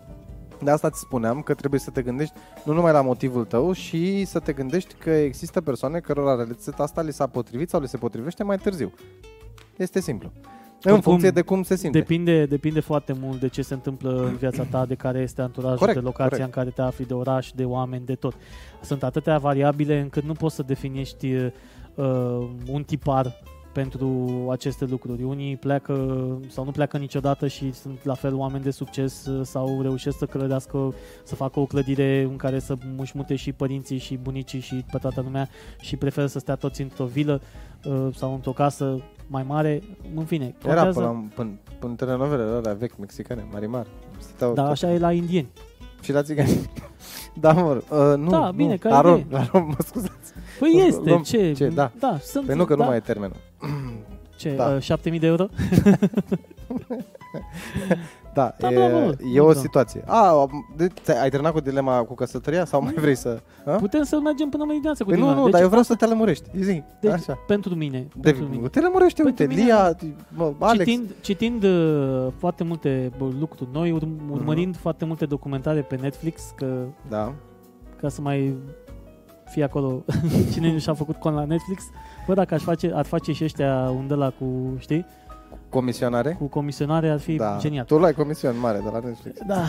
Speaker 2: De asta ți spuneam că trebuie să te gândești nu numai la motivul tău și să te gândești că există persoane cărora rețeta asta li s-a potrivit sau li se potrivește mai târziu. Este simplu. în
Speaker 1: Oricum,
Speaker 2: funcție de cum se simte.
Speaker 1: Depinde, depinde foarte mult de ce se întâmplă în viața ta, de care este anturajul,
Speaker 2: Corect,
Speaker 1: de locația
Speaker 2: corect.
Speaker 1: în care te afli, de oraș, de oameni, de tot. Sunt atâtea variabile încât nu poți să definești uh, un tipar pentru aceste lucruri. Unii pleacă sau nu pleacă niciodată și sunt la fel oameni de succes uh, sau reușesc să clădească, să facă o clădire în care să mușmute și părinții și bunicii și pe toată lumea și preferă să stea toți într-o vilă uh, sau într-o casă mai mare. În fine,
Speaker 2: Era
Speaker 1: contează-
Speaker 2: până, la- până, până telenovelele alea vechi mexicane, Marimar. Stăteau
Speaker 1: dar
Speaker 2: tot-
Speaker 1: așa Da, e la indieni.
Speaker 2: Și la țigani. Da, mă rog. Uh, nu,
Speaker 1: Da, bine,
Speaker 2: nu.
Speaker 1: ca
Speaker 2: La rom,
Speaker 1: idee.
Speaker 2: la rom, mă scuzați.
Speaker 1: Păi
Speaker 2: Nu,
Speaker 1: este,
Speaker 2: luăm-
Speaker 1: ce?
Speaker 2: ce, da.
Speaker 1: da sunt,
Speaker 2: Păi nu, că
Speaker 1: da,
Speaker 2: nu mai e termenul.
Speaker 1: ce,
Speaker 2: da.
Speaker 1: uh, 7000 de euro?
Speaker 2: Da,
Speaker 1: Da,
Speaker 2: e,
Speaker 1: bravo,
Speaker 2: e o
Speaker 1: Luca.
Speaker 2: situație. A, de, ți-ai- ai terminat cu dilema cu căsătoria sau mai vrei să... A?
Speaker 1: Putem să mergem până mâine dimineață cu
Speaker 2: Da. Păi nu,
Speaker 1: tine.
Speaker 2: nu,
Speaker 1: deci,
Speaker 2: dar eu vreau să te lămurești. Zi,
Speaker 1: deci,
Speaker 2: așa.
Speaker 1: pentru mine.
Speaker 2: De,
Speaker 1: pentru mine.
Speaker 2: te lămurește, uite,
Speaker 1: Pentru mine-
Speaker 2: Lia, mă, Alex.
Speaker 1: Citind, citind uh, foarte multe bă, lucruri noi,
Speaker 2: Mhm.
Speaker 1: urm- urmărind foarte multe documentare pe Netflix, că,
Speaker 2: Da.
Speaker 1: ca să mai fie acolo cine nu și-a făcut cont la Netflix, bă, dacă aș face, ar face și ăștia un de la cu, știi,
Speaker 2: Comisionare?
Speaker 1: cu comisionare, ar fi
Speaker 2: da.
Speaker 1: genial.
Speaker 2: Tu luai comision mare de la Netflix.
Speaker 1: Da,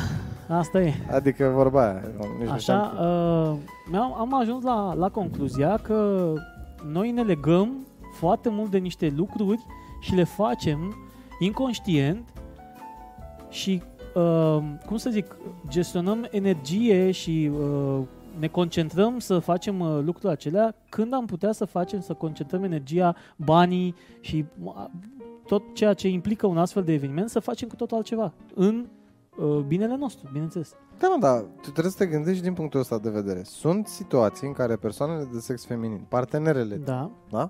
Speaker 1: asta e.
Speaker 2: Adică vorba aia. Nici nu
Speaker 1: Așa,
Speaker 2: știam.
Speaker 1: uh, mi-am- am ajuns la, la concluzia că noi ne legăm foarte mult de niște lucruri și le facem inconștient și, uh, cum să zic, gestionăm energie și uh, ne concentrăm să facem uh, lucrurile acelea când am putea să facem să concentrăm energia, banii și uh, tot ceea ce implică un astfel de eveniment să facem cu totul altceva în uh, binele nostru, bineînțeles.
Speaker 2: Da, mă, da, tu trebuie să te gândești din punctul ăsta de vedere. Sunt situații în care persoanele de sex feminin, partenerele, da.
Speaker 1: Da.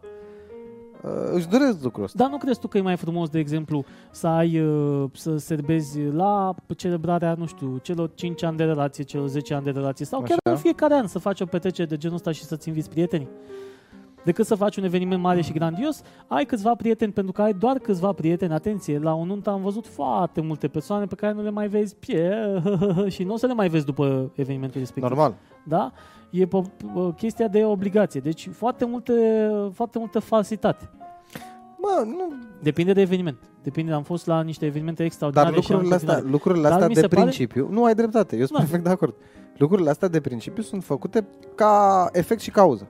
Speaker 2: uh, își doresc lucrul ăsta.
Speaker 1: Dar nu crezi tu că e mai frumos, de exemplu, să ai, uh, să serbezi la celebrarea, nu știu, celor 5 ani de relație, celor 10 ani de relație sau chiar
Speaker 2: Așa.
Speaker 1: în fiecare an să faci o petrecere de genul ăsta și să-ți inviți prietenii? Decât să faci un eveniment mare și grandios, ai câțiva prieteni pentru că ai doar câțiva prieteni. Atenție, la o nuntă am văzut foarte multe persoane pe care nu le mai vezi pie și nu o să le mai vezi după evenimentul respectiv
Speaker 2: Normal.
Speaker 1: da? E pe, pe, chestia de obligație. Deci foarte multe, foarte multă falsitate.
Speaker 2: Mă, nu,
Speaker 1: Depinde de eveniment. Depinde, am fost la niște evenimente extraordinare
Speaker 2: dar
Speaker 1: și am
Speaker 2: lucrurile astea,
Speaker 1: continuat.
Speaker 2: lucrurile
Speaker 1: Dar
Speaker 2: astea
Speaker 1: mi
Speaker 2: de
Speaker 1: se pare-
Speaker 2: principiu, nu ai dreptate, eu sunt
Speaker 1: Da.
Speaker 2: perfect de acord. Lucrurile astea de principiu sunt făcute ca efect și cauză.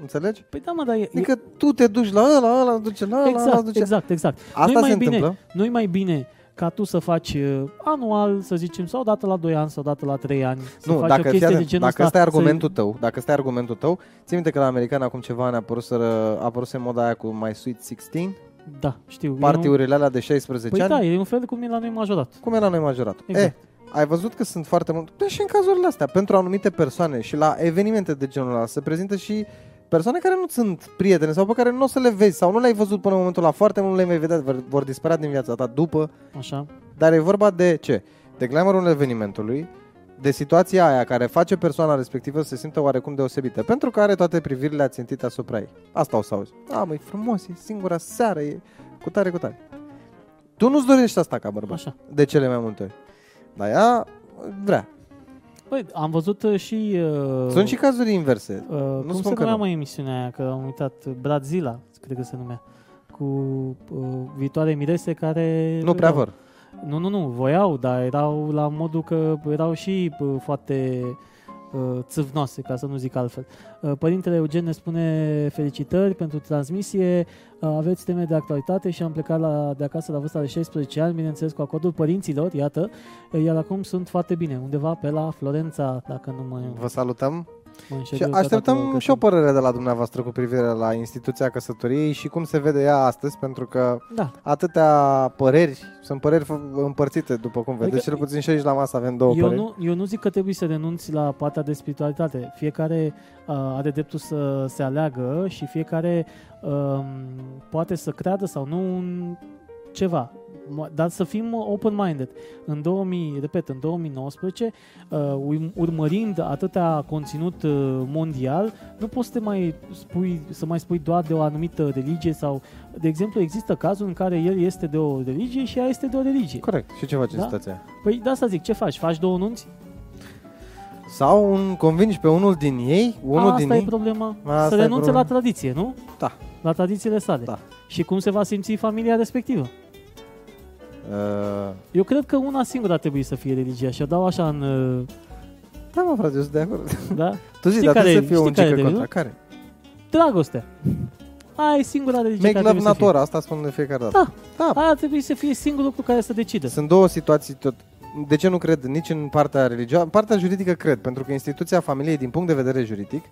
Speaker 2: Înțelegi?
Speaker 1: Păi da, mă, dar e, e,
Speaker 2: Adică tu te duci la ăla, ăla duce la ăla, ăla
Speaker 1: exact,
Speaker 2: duce...
Speaker 1: exact, exact.
Speaker 2: Asta
Speaker 1: nu-i mai
Speaker 2: se
Speaker 1: bine,
Speaker 2: întâmplă.
Speaker 1: Nu-i mai bine ca tu să faci uh, anual, să zicem, sau dată la 2 ani, sau dată la 3 ani. să
Speaker 2: Nu,
Speaker 1: faci o
Speaker 2: dacă,
Speaker 1: chestie
Speaker 2: fii
Speaker 1: de
Speaker 2: atent,
Speaker 1: genul
Speaker 2: dacă
Speaker 1: ăsta,
Speaker 2: ăsta e
Speaker 1: să-
Speaker 2: argumentul tău, dacă ăsta e argumentul tău, ții minte că la american acum ceva ani a apărut, a apărut moda aia cu My Sweet 16,
Speaker 1: Da, știu. e un...
Speaker 2: partiurile alea de 16
Speaker 1: Păi
Speaker 2: ani.
Speaker 1: da, e un fel de cum e la noi majorat.
Speaker 2: Cum era noi majorat?
Speaker 1: Exact.
Speaker 2: Eh, ai văzut că sunt foarte mult. Păi și în cazurile astea, pentru anumite persoane și la evenimente de genul ăla se prezintă și persoane care nu sunt prietene sau pe care nu o să le vezi sau nu le-ai văzut până în momentul ăla, foarte mult nu le-ai mai vedea, vor- vor dispărea din viața ta după,
Speaker 1: Așa.
Speaker 2: dar e vorba de ce? De glamourul evenimentului, de situația aia care face persoana respectivă să se simtă oarecum deosebită, pentru că are toate privirile ațintite asupra ei. Asta o să auzi. A, măi, frumos, e singura seară, e cu tare, cu tare. Tu nu-ți dorești asta ca bărbat
Speaker 1: Așa.
Speaker 2: de cele mai multe ori. Dar ea vrea.
Speaker 1: Păi, am văzut uh, și... Uh,
Speaker 2: Sunt și cazuri inverse.
Speaker 1: Uh, cum
Speaker 2: spun
Speaker 1: se
Speaker 2: că
Speaker 1: numea
Speaker 2: nu.
Speaker 1: mai emisiunea aia, că am uitat, Bradzilla, cred că se numea, cu uh, viitoare mirese care...
Speaker 2: Nu prea vor.
Speaker 1: Nu, nu, nu, voiau, dar erau la modul că erau și uh, foarte uh, țâvnoase, ca să nu zic altfel. Uh, Părintele Eugen ne spune felicitări pentru transmisie, uh, aveți teme de actualitate și am plecat la, de acasă la vârsta de 16 ani, bineînțeles cu acordul părinților, iată, uh, iar acum sunt foarte bine, undeva pe la Florența, dacă nu mă,
Speaker 2: Vă salutăm
Speaker 1: mă înșel
Speaker 2: și
Speaker 1: eu, că dacă-
Speaker 2: așteptăm
Speaker 1: că
Speaker 2: și o
Speaker 1: sunt-
Speaker 2: părere de la dumneavoastră cu privire la instituția căsătoriei și cum se vede ea astăzi, pentru că
Speaker 1: Da,
Speaker 2: atâtea păreri, sunt păreri fă- împărțite, după cum vedeți,
Speaker 1: Adică-
Speaker 2: cel puțin și aici la masă avem două
Speaker 1: Eu
Speaker 2: păreri.
Speaker 1: nu, eu nu zic că trebuie să renunți la partea de spiritualitate. Fiecare uh, are dreptul să se aleagă și fiecare um, poate să creadă sau nu în ceva. Mo- Dar să fim open-minded. În 2000, repet, în 2019, uh, uim- urmărind atâta conținut uh, mondial, nu poți să te mai spui, să mai spui doar de o anumită religie sau, de exemplu, există cazul în care el este de o religie și ea este de o religie.
Speaker 2: Corect. Și ce faci în
Speaker 1: Da?
Speaker 2: situația aia?
Speaker 1: Păi de asta zic, ce faci? Faci două nunți?
Speaker 2: Sau un convingi pe unul din ei, unul
Speaker 1: Asta
Speaker 2: din
Speaker 1: e
Speaker 2: ei,
Speaker 1: problema.
Speaker 2: Asta
Speaker 1: să
Speaker 2: e
Speaker 1: renunțe
Speaker 2: problema.
Speaker 1: la tradiție, nu?
Speaker 2: Da.
Speaker 1: La tradițiile sale.
Speaker 2: Da.
Speaker 1: Și cum se va simți familia respectivă.
Speaker 2: uh,
Speaker 1: Eu cred că una singură ar trebui să fie religia și o dau așa în... uh,
Speaker 2: da mă frate, eu sunt de acord.
Speaker 1: Da?
Speaker 2: Tu zici,
Speaker 1: Știi
Speaker 2: dar
Speaker 1: care-
Speaker 2: trebuie să fie
Speaker 1: știi
Speaker 2: un
Speaker 1: care
Speaker 2: cică
Speaker 1: e de
Speaker 2: contra. Care?
Speaker 1: Dragostea. Aia e singura religie
Speaker 2: Make
Speaker 1: care
Speaker 2: love
Speaker 1: trebuie să fie.
Speaker 2: natura, asta spun de fiecare dată. Da,
Speaker 1: Aia ar trebui să fie singurul lucru care să decidă.
Speaker 2: Deci Sunt două situații tot. De ce nu cred nici în partea religioasă? Partea juridică cred, pentru că instituția familiei, din punct de vedere juridic,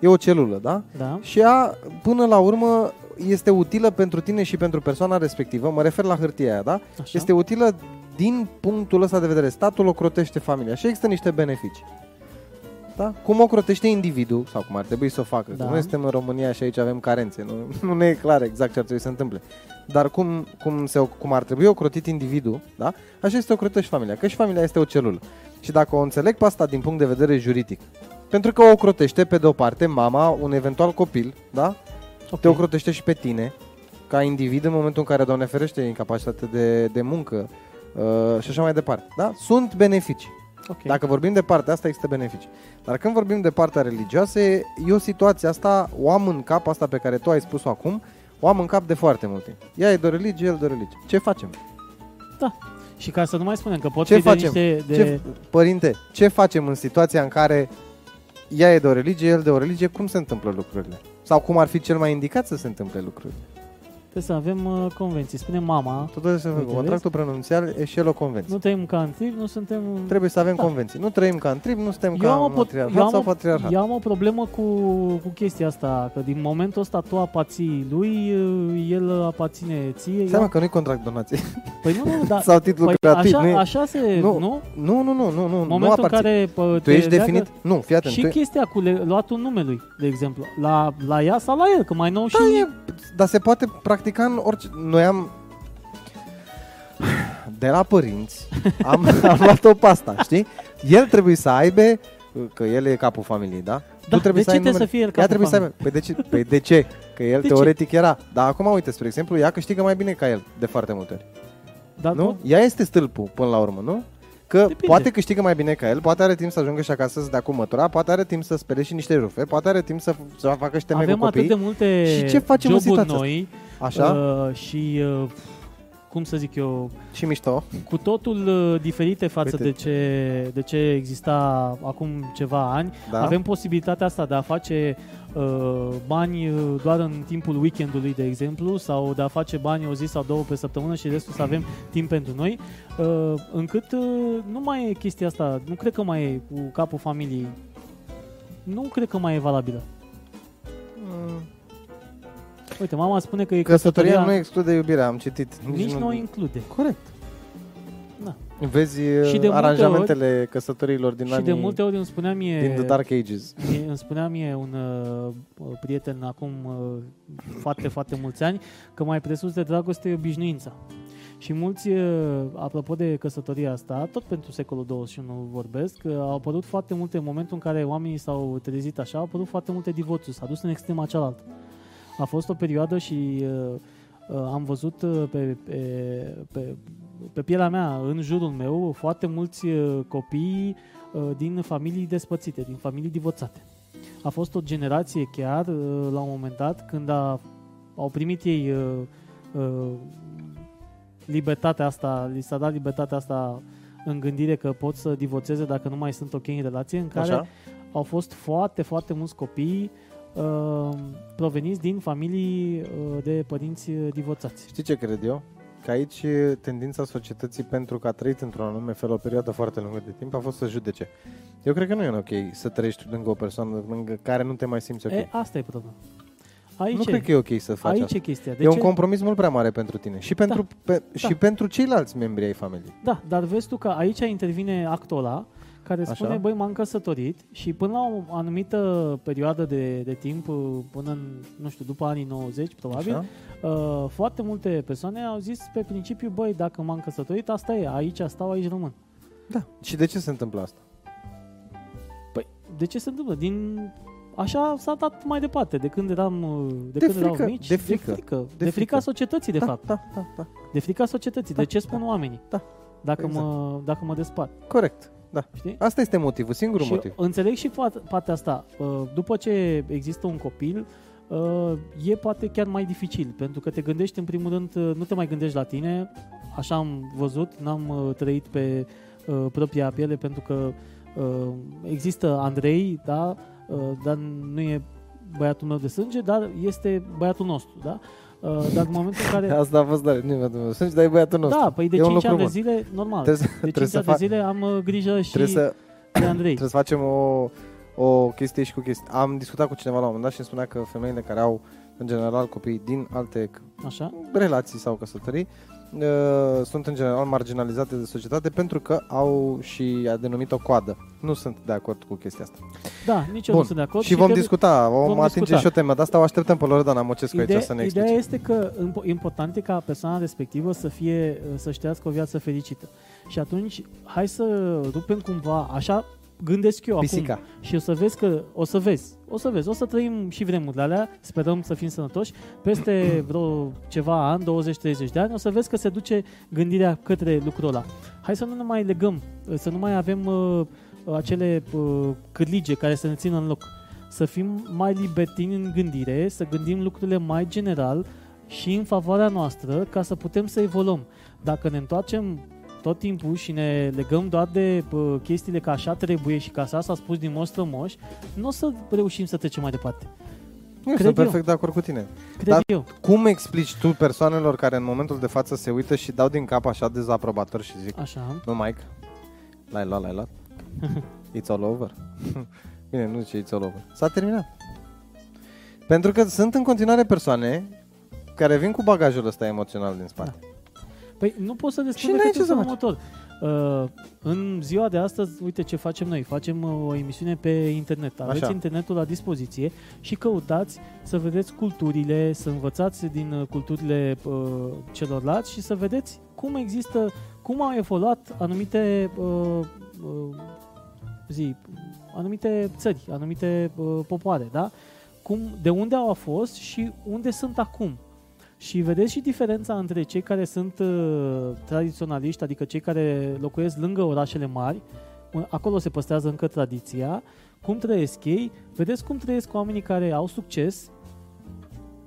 Speaker 2: e o celulă, da?
Speaker 1: Da?
Speaker 2: Și ea, până la urmă, este utilă pentru tine și pentru persoana respectivă. Mă refer la hârtia aia, da?
Speaker 1: Așa.
Speaker 2: Este utilă din punctul ăsta de vedere, statul o crotește familia și există niște beneficii. Da? Cum o crotește individul, sau cum ar trebui să o facă, da.
Speaker 1: Da.
Speaker 2: că noi suntem în România și aici avem carențe, nu, nu ne e clar exact ce ar trebui să se întâmple. Dar cum, cum, se, cum ar trebui ocrotit individul, da? așa este ocrotită și familia, că și familia este o celulă. Și dacă o înțeleg pe asta din punct de vedere juridic, pentru că o crotește pe de o parte mama, un eventual copil, da?
Speaker 1: Ok.
Speaker 2: Te ocrotește și pe tine, ca individ, în momentul în care, Doamne ferește, e incapacitate de, de muncă uh, și așa mai departe. Da? Sunt beneficii.
Speaker 1: Ok.
Speaker 2: Dacă vorbim de partea asta, există beneficii. Dar când vorbim de partea religioasă, eu situația asta o am în cap, asta pe care tu ai spus-o acum, o am în cap de foarte mult timp. Ea e de religie, el de religie. Ce facem?
Speaker 1: Da. Și ca să nu mai spunem că pot
Speaker 2: Ce
Speaker 1: fi
Speaker 2: facem?
Speaker 1: de niște... De...
Speaker 2: Ce, părinte, ce facem în situația în care ea e de o religie, el de o religie, cum se întâmplă lucrurile? Sau cum ar fi cel mai indicat să se întâmple lucrurile?
Speaker 1: Trebuie să avem uh, convenții. Spune mama,
Speaker 2: Totul se
Speaker 1: Înțeles?
Speaker 2: contractul prenunțial e și el o convenție.
Speaker 1: nu trăim ca în trib, nu suntem...
Speaker 2: Trebuie să avem
Speaker 1: Da.
Speaker 2: convenții. Nu trăim ca în trib, nu suntem
Speaker 1: Eu
Speaker 2: ca
Speaker 1: am, o,
Speaker 2: în
Speaker 1: pot-
Speaker 2: patriarhat
Speaker 1: eu, am
Speaker 2: sau
Speaker 1: o,
Speaker 2: patriarhat.
Speaker 1: eu am o problemă cu, cu chestia asta, că din momentul ăsta tu apații lui, uh, el aparține ție.
Speaker 2: Seama
Speaker 1: Eu...
Speaker 2: că nu-i contract donație
Speaker 1: Păi nu, nu, dar...
Speaker 2: sau titlu
Speaker 1: Păi
Speaker 2: gratuit.
Speaker 1: așa,
Speaker 2: nu, e-
Speaker 1: așa se...
Speaker 2: nu,
Speaker 1: Nu? nu?
Speaker 2: nu, nu, nu, nu, nu, nu
Speaker 1: Momentul în
Speaker 2: aparții.
Speaker 1: care pă,
Speaker 2: tu
Speaker 1: te
Speaker 2: ești
Speaker 1: leagă-
Speaker 2: definit, nu, fii atent,
Speaker 1: Și
Speaker 2: tu e-
Speaker 1: chestia cu le, luatul numelui, de exemplu, la, la ea sau la el, că mai nou și...
Speaker 2: Da, e, dar se poate practica în orice... Noi am... De la părinți am, am luat-o pasta, știi? El trebuie să aibă, că el e capul familiei, da?
Speaker 1: da,
Speaker 2: tu trebuie
Speaker 1: de
Speaker 2: să ai
Speaker 1: ce trebuie
Speaker 2: numele.
Speaker 1: să fie el ca
Speaker 2: Ea trebuie să aibă... Păi de ce? Păi de ce? Că el
Speaker 1: De ce?
Speaker 2: teoretic era. Dar acum, uite, spre exemplu, ea câștigă mai bine ca el, de foarte multe ori.
Speaker 1: Dar
Speaker 2: Nu? Ea este stâlpul, până la urmă, nu? Că
Speaker 1: Depinde.
Speaker 2: poate câștigă mai bine ca el, poate are timp să ajungă și acasă să dea cu mătura, poate are timp să spere și niște rufe, poate are timp să, să facă și teme
Speaker 1: avem
Speaker 2: cu copii.
Speaker 1: atât de multe
Speaker 2: Și ce facem în
Speaker 1: joburi
Speaker 2: situația asta?
Speaker 1: noi
Speaker 2: Așa? Uh,
Speaker 1: Uh, și, uh, cum să zic eu,
Speaker 2: și mișto.
Speaker 1: cu totul uh, diferite față
Speaker 2: Uite.
Speaker 1: de ce, de ce exista acum ceva ani.
Speaker 2: Da?
Speaker 1: Avem posibilitatea asta de a face uh, bani uh, doar în timpul weekendului, de exemplu, sau de a face bani o zi sau două pe săptămână și restul să avem timp pentru noi, uh, încât uh, nu mai e chestia asta, nu cred că mai e cu capul familiei, nu cred că mai e valabilă.
Speaker 2: Mm,
Speaker 1: Uite, mama spune că e
Speaker 2: Căsătoria,
Speaker 1: căsătoria,
Speaker 2: nu exclude iubirea, am citit.
Speaker 1: nici nu o include.
Speaker 2: Corect.
Speaker 1: Da.
Speaker 2: Vezi
Speaker 1: Și
Speaker 2: și
Speaker 1: de
Speaker 2: de
Speaker 1: multe
Speaker 2: aranjamentele ori, căsătorilor din
Speaker 1: Și
Speaker 2: anii...
Speaker 1: de multe ori îmi spunea mie...
Speaker 2: Din The Dark Ages.
Speaker 1: Mie- Îmi spunea mie un uh, prieten acum uh, foarte, foarte mulți ani că mai presus de dragoste e obișnuința. Și mulți, uh, apropo de căsătoria asta, tot pentru secolul 21 vorbesc, uh, au apărut foarte multe, în momentul în care oamenii s-au trezit așa, au apărut foarte multe divorțuri, s-a dus în extrema cealaltă. A fost o perioadă și uh, uh, am văzut uh, pe, pe, pe, pe pielea mea, în jurul meu, foarte mulți uh, copii uh, din familii despățite, din familii divorțate. A fost o generație chiar, uh, la un moment dat, când a, au primit ei uh, uh, libertatea asta, li s-a dat libertatea asta în gândire că pot să divorțeze dacă nu mai sunt ok în relație, în care
Speaker 2: Așa?
Speaker 1: au fost foarte, foarte mulți copii uh, proveniți din familii uh, de părinți uh, divorțați.
Speaker 2: Știi ce cred eu? Că aici tendința societății pentru că a trăit într-un anume fel o perioadă foarte lungă de timp a fost să judece. Eu cred că nu e în ok să trăiești lângă o persoană lângă care nu te mai simți ok.
Speaker 1: E, asta e problema. Aici,
Speaker 2: nu
Speaker 1: e,
Speaker 2: cred că e ok să faci
Speaker 1: aici
Speaker 2: asta.
Speaker 1: e chestia. De
Speaker 2: e
Speaker 1: ce?
Speaker 2: un compromis mult prea mare pentru tine și pentru, pe, și pentru ceilalți membri ai familiei.
Speaker 1: Da, dar vezi tu că aici intervine actul ăla care
Speaker 2: Așa.
Speaker 1: spune, băi, m-am căsătorit și până la o anumită perioadă de, de timp, până în, nu știu, după anii 90, probabil,
Speaker 2: Așa?
Speaker 1: uh, foarte multe persoane au zis pe principiu, băi, dacă m-am căsătorit, asta e, aici stau, aici rămân.
Speaker 2: Da. Și de ce se întâmplă asta?
Speaker 1: Păi, De ce se întâmplă? Din... Așa s-a dat mai departe, de când eram, uh, de,
Speaker 2: De
Speaker 1: când
Speaker 2: frică,
Speaker 1: erau mici.
Speaker 2: de frică,
Speaker 1: De frică, de frica
Speaker 2: de frică.
Speaker 1: societății, de
Speaker 2: da,
Speaker 1: fapt.
Speaker 2: Da, da, da.
Speaker 1: De frica societății,
Speaker 2: Da,
Speaker 1: de ce spun oamenii.
Speaker 2: da. exact.
Speaker 1: Dacă, mă, dacă mă despart,
Speaker 2: Corect. Da.
Speaker 1: știi?
Speaker 2: Asta este motivul, singurul
Speaker 1: și
Speaker 2: motiv.
Speaker 1: Înțeleg și pat- partea asta. Uh, După ce există un copil, uh, e poate chiar mai dificil, pentru că te gândești în primul rând, uh, nu te mai gândești la tine, așa am văzut, n-am uh, trăit pe uh, propria piele, pentru că uh, există Andrei, da, uh, dar nu e băiatul meu de sânge, dar este băiatul nostru, da? Uh, Dar în momentul în care...
Speaker 2: Asta a fost dar nu e Sunt dar e băiatul nostru.
Speaker 1: Da, păi de
Speaker 2: E un
Speaker 1: 5
Speaker 2: lucru
Speaker 1: ani de
Speaker 2: bun.
Speaker 1: zile, normal.
Speaker 2: Trebuie să,
Speaker 1: De
Speaker 2: trebuie
Speaker 1: 5
Speaker 2: să
Speaker 1: ani de
Speaker 2: fac,
Speaker 1: zile am uh, grijă și
Speaker 2: trebuie să,
Speaker 1: de Andrei.
Speaker 2: Trebuie să facem o, o chestie și cu chestie. Am discutat cu cineva la un moment dat și îmi spunea că femeile care au în general copiii din alte c-
Speaker 1: Așa?
Speaker 2: relații sau căsătorii uh, sunt în general marginalizate de societate pentru că au și a denumit o coadă. Nu sunt de acord cu chestia asta.
Speaker 1: Da, nici eu
Speaker 2: Bun.
Speaker 1: nu sunt de acord.
Speaker 2: și vom
Speaker 1: trebuie-
Speaker 2: discuta, vom,
Speaker 1: vom
Speaker 2: atinge
Speaker 1: discuta.
Speaker 2: și o temă de asta, o așteptăm pe Loredana Mocescu
Speaker 1: Ideea-
Speaker 2: aici să ne
Speaker 1: Ideea
Speaker 2: explice.
Speaker 1: este că impo- important e ca persoana respectivă să fie, să știască o viață fericită. Și atunci, hai să rupem cumva, așa gândesc eu
Speaker 2: Pisica.
Speaker 1: acum. Și o să vezi că, o să vezi, o să vezi, o să trăim și vremurile alea, sperăm să fim sănătoși, peste vreo ceva ani, 20-30 de ani, o să vezi că se duce gândirea către lucrul ăla. Hai să nu ne mai legăm, să nu mai avem uh, acele uh, cârlige care să ne țină în loc. Să fim mai libertini în gândire, să gândim lucrurile mai general și în favoarea noastră ca să putem să evoluăm. Dacă ne întoarcem tot timpul și ne legăm doar de bă, chestiile că așa trebuie și că așa s-a spus din moș moș, nu o să reușim să trecem mai departe.
Speaker 2: Eu
Speaker 1: cred eu.
Speaker 2: sunt perfect de acord cu tine.
Speaker 1: Cred
Speaker 2: Dar-
Speaker 1: eu.
Speaker 2: Cum explici tu persoanelor care în momentul de față se uită și dau din cap așa dezaprobator și zic
Speaker 1: Așa.
Speaker 2: Nu, Mike, l-ai luat, l-ai luat. It's all over. Bine, nu zice it's all over. S-a terminat. Pentru că sunt în continuare persoane care vin cu bagajul ăsta emoțional din spate.
Speaker 1: Păi nu poți să
Speaker 2: Și
Speaker 1: descurci
Speaker 2: n-ai
Speaker 1: decât
Speaker 2: ce
Speaker 1: în
Speaker 2: să
Speaker 1: felul
Speaker 2: faci.
Speaker 1: următor. Uh, în ziua de astăzi, uite ce facem noi. Facem uh, o emisiune pe internet. Aveți
Speaker 2: Așa.
Speaker 1: internetul la dispoziție și căutați să vedeți culturile, să învățați din uh, culturile uh, celorlalți și să vedeți cum există, cum au evoluat anumite uh, uh, zi, anumite țări, anumite uh, popoare, da? Cum, de unde au fost și unde sunt acum. Și vedeți și diferența între cei care sunt uh, tradiționaliști, adică cei care locuiesc lângă orașele mari, un- acolo se păstrează încă tradiția, cum trăiesc ei, vedeți cum trăiesc oamenii care au succes,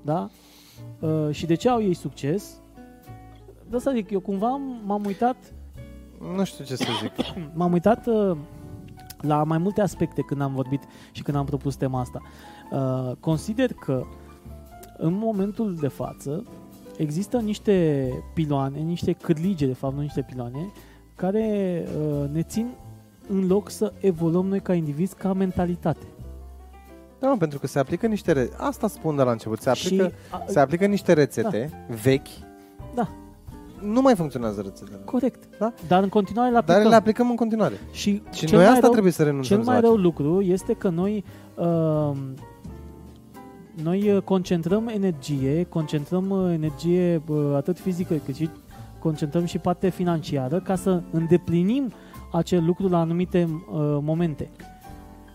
Speaker 1: da? Uh, și de ce au ei succes. De asta zic, eu cumva am- m-am uitat, Da.
Speaker 2: Nu știu ce să zic.
Speaker 1: m-am uitat uh, la mai multe aspecte când am vorbit și când am propus tema asta. Uh, consider că în momentul de față există niște piloane, niște cârlige, de fapt, nu niște piloane, care uh, ne țin în loc să evoluăm noi ca indivizi, ca mentalitate.
Speaker 2: Da, mă, pentru că se aplică niște re... Asta spun de la început. Se aplică,
Speaker 1: și, a,
Speaker 2: se aplică niște rețete vechi.
Speaker 1: Da.
Speaker 2: Nu mai funcționează rețetele.
Speaker 1: corect.
Speaker 2: Da?
Speaker 1: Dar în continuare la
Speaker 2: Dar le aplicăm în continuare.
Speaker 1: Și,
Speaker 2: Și
Speaker 1: cel adică?
Speaker 2: noi
Speaker 1: mai
Speaker 2: asta
Speaker 1: rău,
Speaker 2: trebuie să renunțăm.
Speaker 1: Cel
Speaker 2: să
Speaker 1: mai
Speaker 2: facem.
Speaker 1: rău lucru este că noi uh, noi uh, concentrăm energie, concentrăm uh, energie uh, atât fizică cât și concentrăm și partea financiară ca să îndeplinim acel lucru la anumite uh, momente.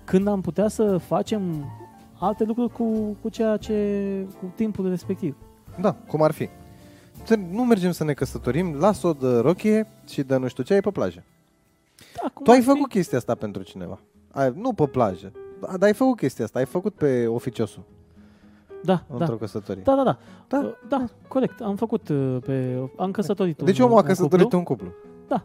Speaker 1: Când am putea să facem alte lucruri cu, cu ceea ce cu timpul respectiv.
Speaker 2: Da, cum ar fi. Să- Nu mergem să ne căsătorim, las-o de rochie și de nu știu ce, e pe plajă.
Speaker 1: Da, cum
Speaker 2: Tu ai
Speaker 1: ar fi?
Speaker 2: făcut chestia asta pentru cineva. Ai, nu pe plajă, da- dar ai făcut chestia asta, ai făcut pe oficiosul
Speaker 1: Da, da.
Speaker 2: da. într-o căsătorie.
Speaker 1: Da, da, da.
Speaker 2: Da.
Speaker 1: Uh, da, corect. Am făcut uh, pe am căsătorit
Speaker 2: deci
Speaker 1: un,
Speaker 2: omul a
Speaker 1: un
Speaker 2: căsătorit
Speaker 1: cuplu.
Speaker 2: un cuplu.
Speaker 1: Da.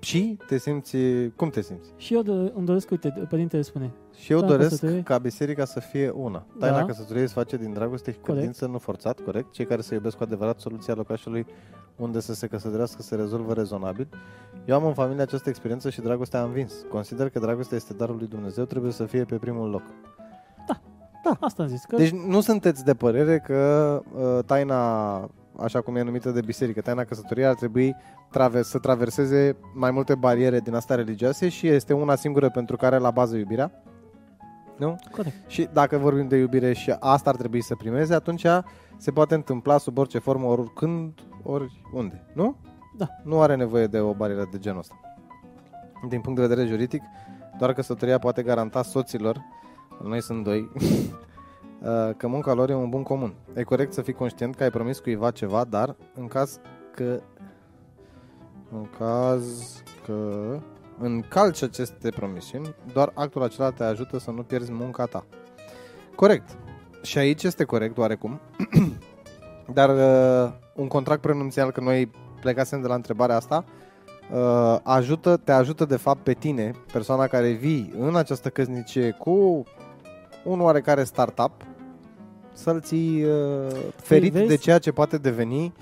Speaker 2: Și te simți, cum te simți?
Speaker 1: Și eu dă- îmi doresc, uite, părintele spune,
Speaker 2: Și eu
Speaker 1: Da,
Speaker 2: doresc
Speaker 1: căsătorie.
Speaker 2: ca biserica să fie una.
Speaker 1: Da.
Speaker 2: Taina căsătoriei se face din dragoste și
Speaker 1: Corect.
Speaker 2: credință, nu forțat, corect. Cei care se iubesc cu adevărat, soluția locașului unde să se căsătorească se rezolvă rezonabil. Eu am în familie această experiență și dragostea a învins. Consider că dragostea este darul lui Dumnezeu, trebuie să fie pe primul loc.
Speaker 1: asta am zis, că
Speaker 2: Deci nu sunteți de părere că uh, taina, așa cum e numită de biserică, taina căsătoriei ar trebui traver- să traverseze mai multe bariere din asta religioase și este una singură pentru care la bază iubirea? Nu?
Speaker 1: corect.
Speaker 2: Și dacă vorbim de iubire și asta ar trebui să primeze, atunci se poate întâmpla sub orice formă, oricând, oriunde, nu?
Speaker 1: Da.
Speaker 2: Nu are nevoie de o barieră de genul ăsta. Din punct de vedere juridic, doar căsătoria poate garanta soților, noi sunt doi, uh, că munca lor e un bun comun. E corect să fii conștient că ai promis cuiva ceva, dar în caz că... În caz că încalci aceste promisiuni, doar actul acela te ajută să nu pierzi munca ta. Corect. Și aici este corect oarecum. Dar uh, un contract prenunțial, că noi plecasem de la întrebarea asta, uh, ajută, te ajută de fapt pe tine, persoana care vii în această căsnicie cu un oarecare startup, să-l ții uh, ferit
Speaker 1: vezi?
Speaker 2: de ceea ce poate deveni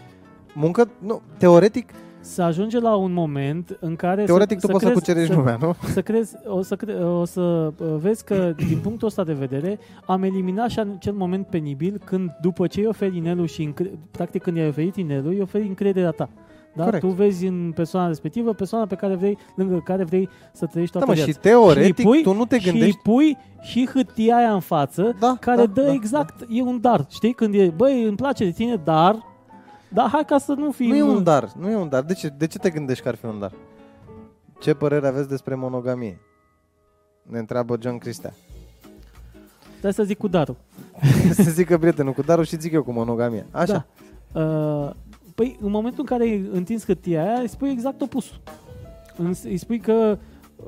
Speaker 2: muncă, nu, teoretic,
Speaker 1: să ajunge la un moment în care
Speaker 2: Teoretic
Speaker 1: să,
Speaker 2: tu poți să
Speaker 1: crezi-
Speaker 2: cucerești lumea, nu?
Speaker 1: să crezi, o să, cre- o să uh, vezi că din punctul ăsta de vedere am eliminat și acel moment penibil când după ce îi oferi inelul și încre- practic când i-ai oferit inelul, îi oferi încrederea ta. Da?
Speaker 2: Corect.
Speaker 1: Tu vezi în persoana respectivă persoana pe care vrei, lângă care vrei să trăiești
Speaker 2: Da,
Speaker 1: toată
Speaker 2: mă,
Speaker 1: viața.
Speaker 2: și teoretic
Speaker 1: Și îi pui-
Speaker 2: tu nu te
Speaker 1: și îi
Speaker 2: gândești...
Speaker 1: pui și hâtia aia în față
Speaker 2: Da,
Speaker 1: care
Speaker 2: da,
Speaker 1: dă
Speaker 2: da,
Speaker 1: exact, e un dar. Știi? Când e, băi, îmi place de tine, dar dar hai ca să nu fim...
Speaker 2: Nu e un dar, nu e un dar. De ce, de ce te gândești că ar fi un dar? Ce părere aveți despre monogamie? Ne întreabă John Cristea.
Speaker 1: Trebuie să zic cu darul.
Speaker 2: să zică prietenul cu darul și zic eu cu monogamie. Așa. Da.
Speaker 1: Da. Uh, păi, în momentul în care îi întinzi hâtia aia, îi spui exact opusul. Îns- Îi spui că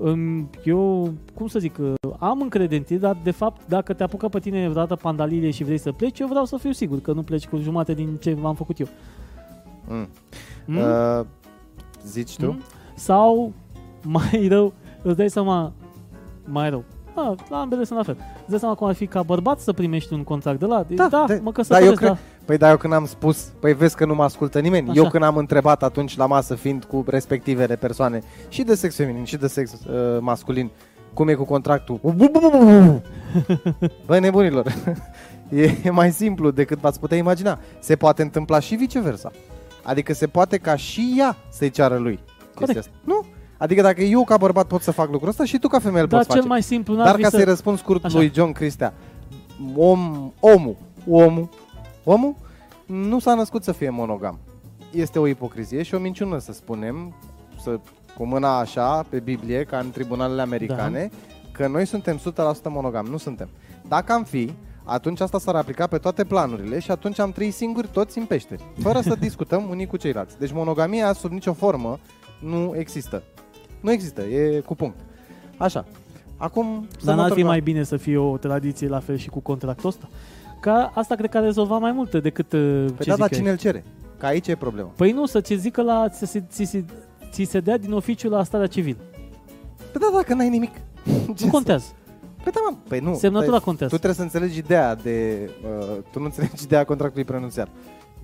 Speaker 1: um, eu, cum să zic, uh, am încredere în tine, dar de fapt, dacă te apucă pe tine vreodată pandaliile și vrei să pleci, eu vreau să fiu sigur că nu pleci cu jumate din ce am făcut eu.
Speaker 2: Mm.
Speaker 1: Mm?
Speaker 2: Uh, zici tu?
Speaker 1: Mm? Sau, mai rău, îți dai seama, mai rău, Ah, la ambele sunt la fel. Îți dai seama cum ar fi ca bărbat să primești un contract de la... da
Speaker 2: Da, da,
Speaker 1: mă
Speaker 2: Da, eu
Speaker 1: căsătoresc,
Speaker 2: cred.
Speaker 1: da.
Speaker 2: Da. Păi da, eu când am spus, păi vezi că nu mă ascultă nimeni.
Speaker 1: Așa.
Speaker 2: Așa. Eu când am întrebat atunci la masă, fiind cu respectivele persoane, și de sex feminin, și de sex uh, masculin, cum e cu contractul? Bu- bu- bu- bu- bu- bu. Băi, nebunilor, e mai simplu decât v-ați putea imagina. Se poate întâmpla și viceversa. Adică se poate ca și ea să-i ceară lui.
Speaker 1: Corect.
Speaker 2: chestia asta. Nu? Adică dacă eu ca bărbat pot să fac lucrul ăsta și tu ca femeie îl
Speaker 1: Dar
Speaker 2: poți
Speaker 1: Da, cel
Speaker 2: face.
Speaker 1: mai simplu n-ar
Speaker 2: Dar
Speaker 1: fi
Speaker 2: ca
Speaker 1: să...
Speaker 2: să-i răspund scurt
Speaker 1: Așa.
Speaker 2: lui John Cristea, om, omul, omul, omul nu s-a născut să fie monogam. Este o ipocrizie și o minciună, să spunem, să, cu mâna așa, pe Biblie, ca în tribunalele americane, da. că noi suntem 100% monogam. Nu suntem. Dacă am fi, atunci asta s-ar aplica pe toate planurile și atunci am trăit singuri toți în peșteri, fără să discutăm unii cu ceilalți. Deci monogamia, sub nicio formă, nu există. Nu există, e cu punct. Așa. Acum, să
Speaker 1: Dar n-ar
Speaker 2: mă întorc
Speaker 1: fi
Speaker 2: la-
Speaker 1: mai bine să fie o tradiție la fel și cu contractul ăsta? Ca asta cred că a rezolvat mai multe decât uh,
Speaker 2: Păi
Speaker 1: ce
Speaker 2: da,
Speaker 1: zic
Speaker 2: dar
Speaker 1: eu.
Speaker 2: cine îl cere? Că aici e problema.
Speaker 1: Păi nu, să ți zică la... Ți se, ți, se, ți se dea din oficiu la starea civilă.
Speaker 2: Păi da, dacă n-ai nimic. Ce
Speaker 1: Nu contează.
Speaker 2: să- Păi da, mă. Păi nu.
Speaker 1: Semnătura
Speaker 2: Păi, tu
Speaker 1: contează.
Speaker 2: trebuie să înțelegi ideea de... Uh, tu nu înțelegi ideea contractului prenunțiat.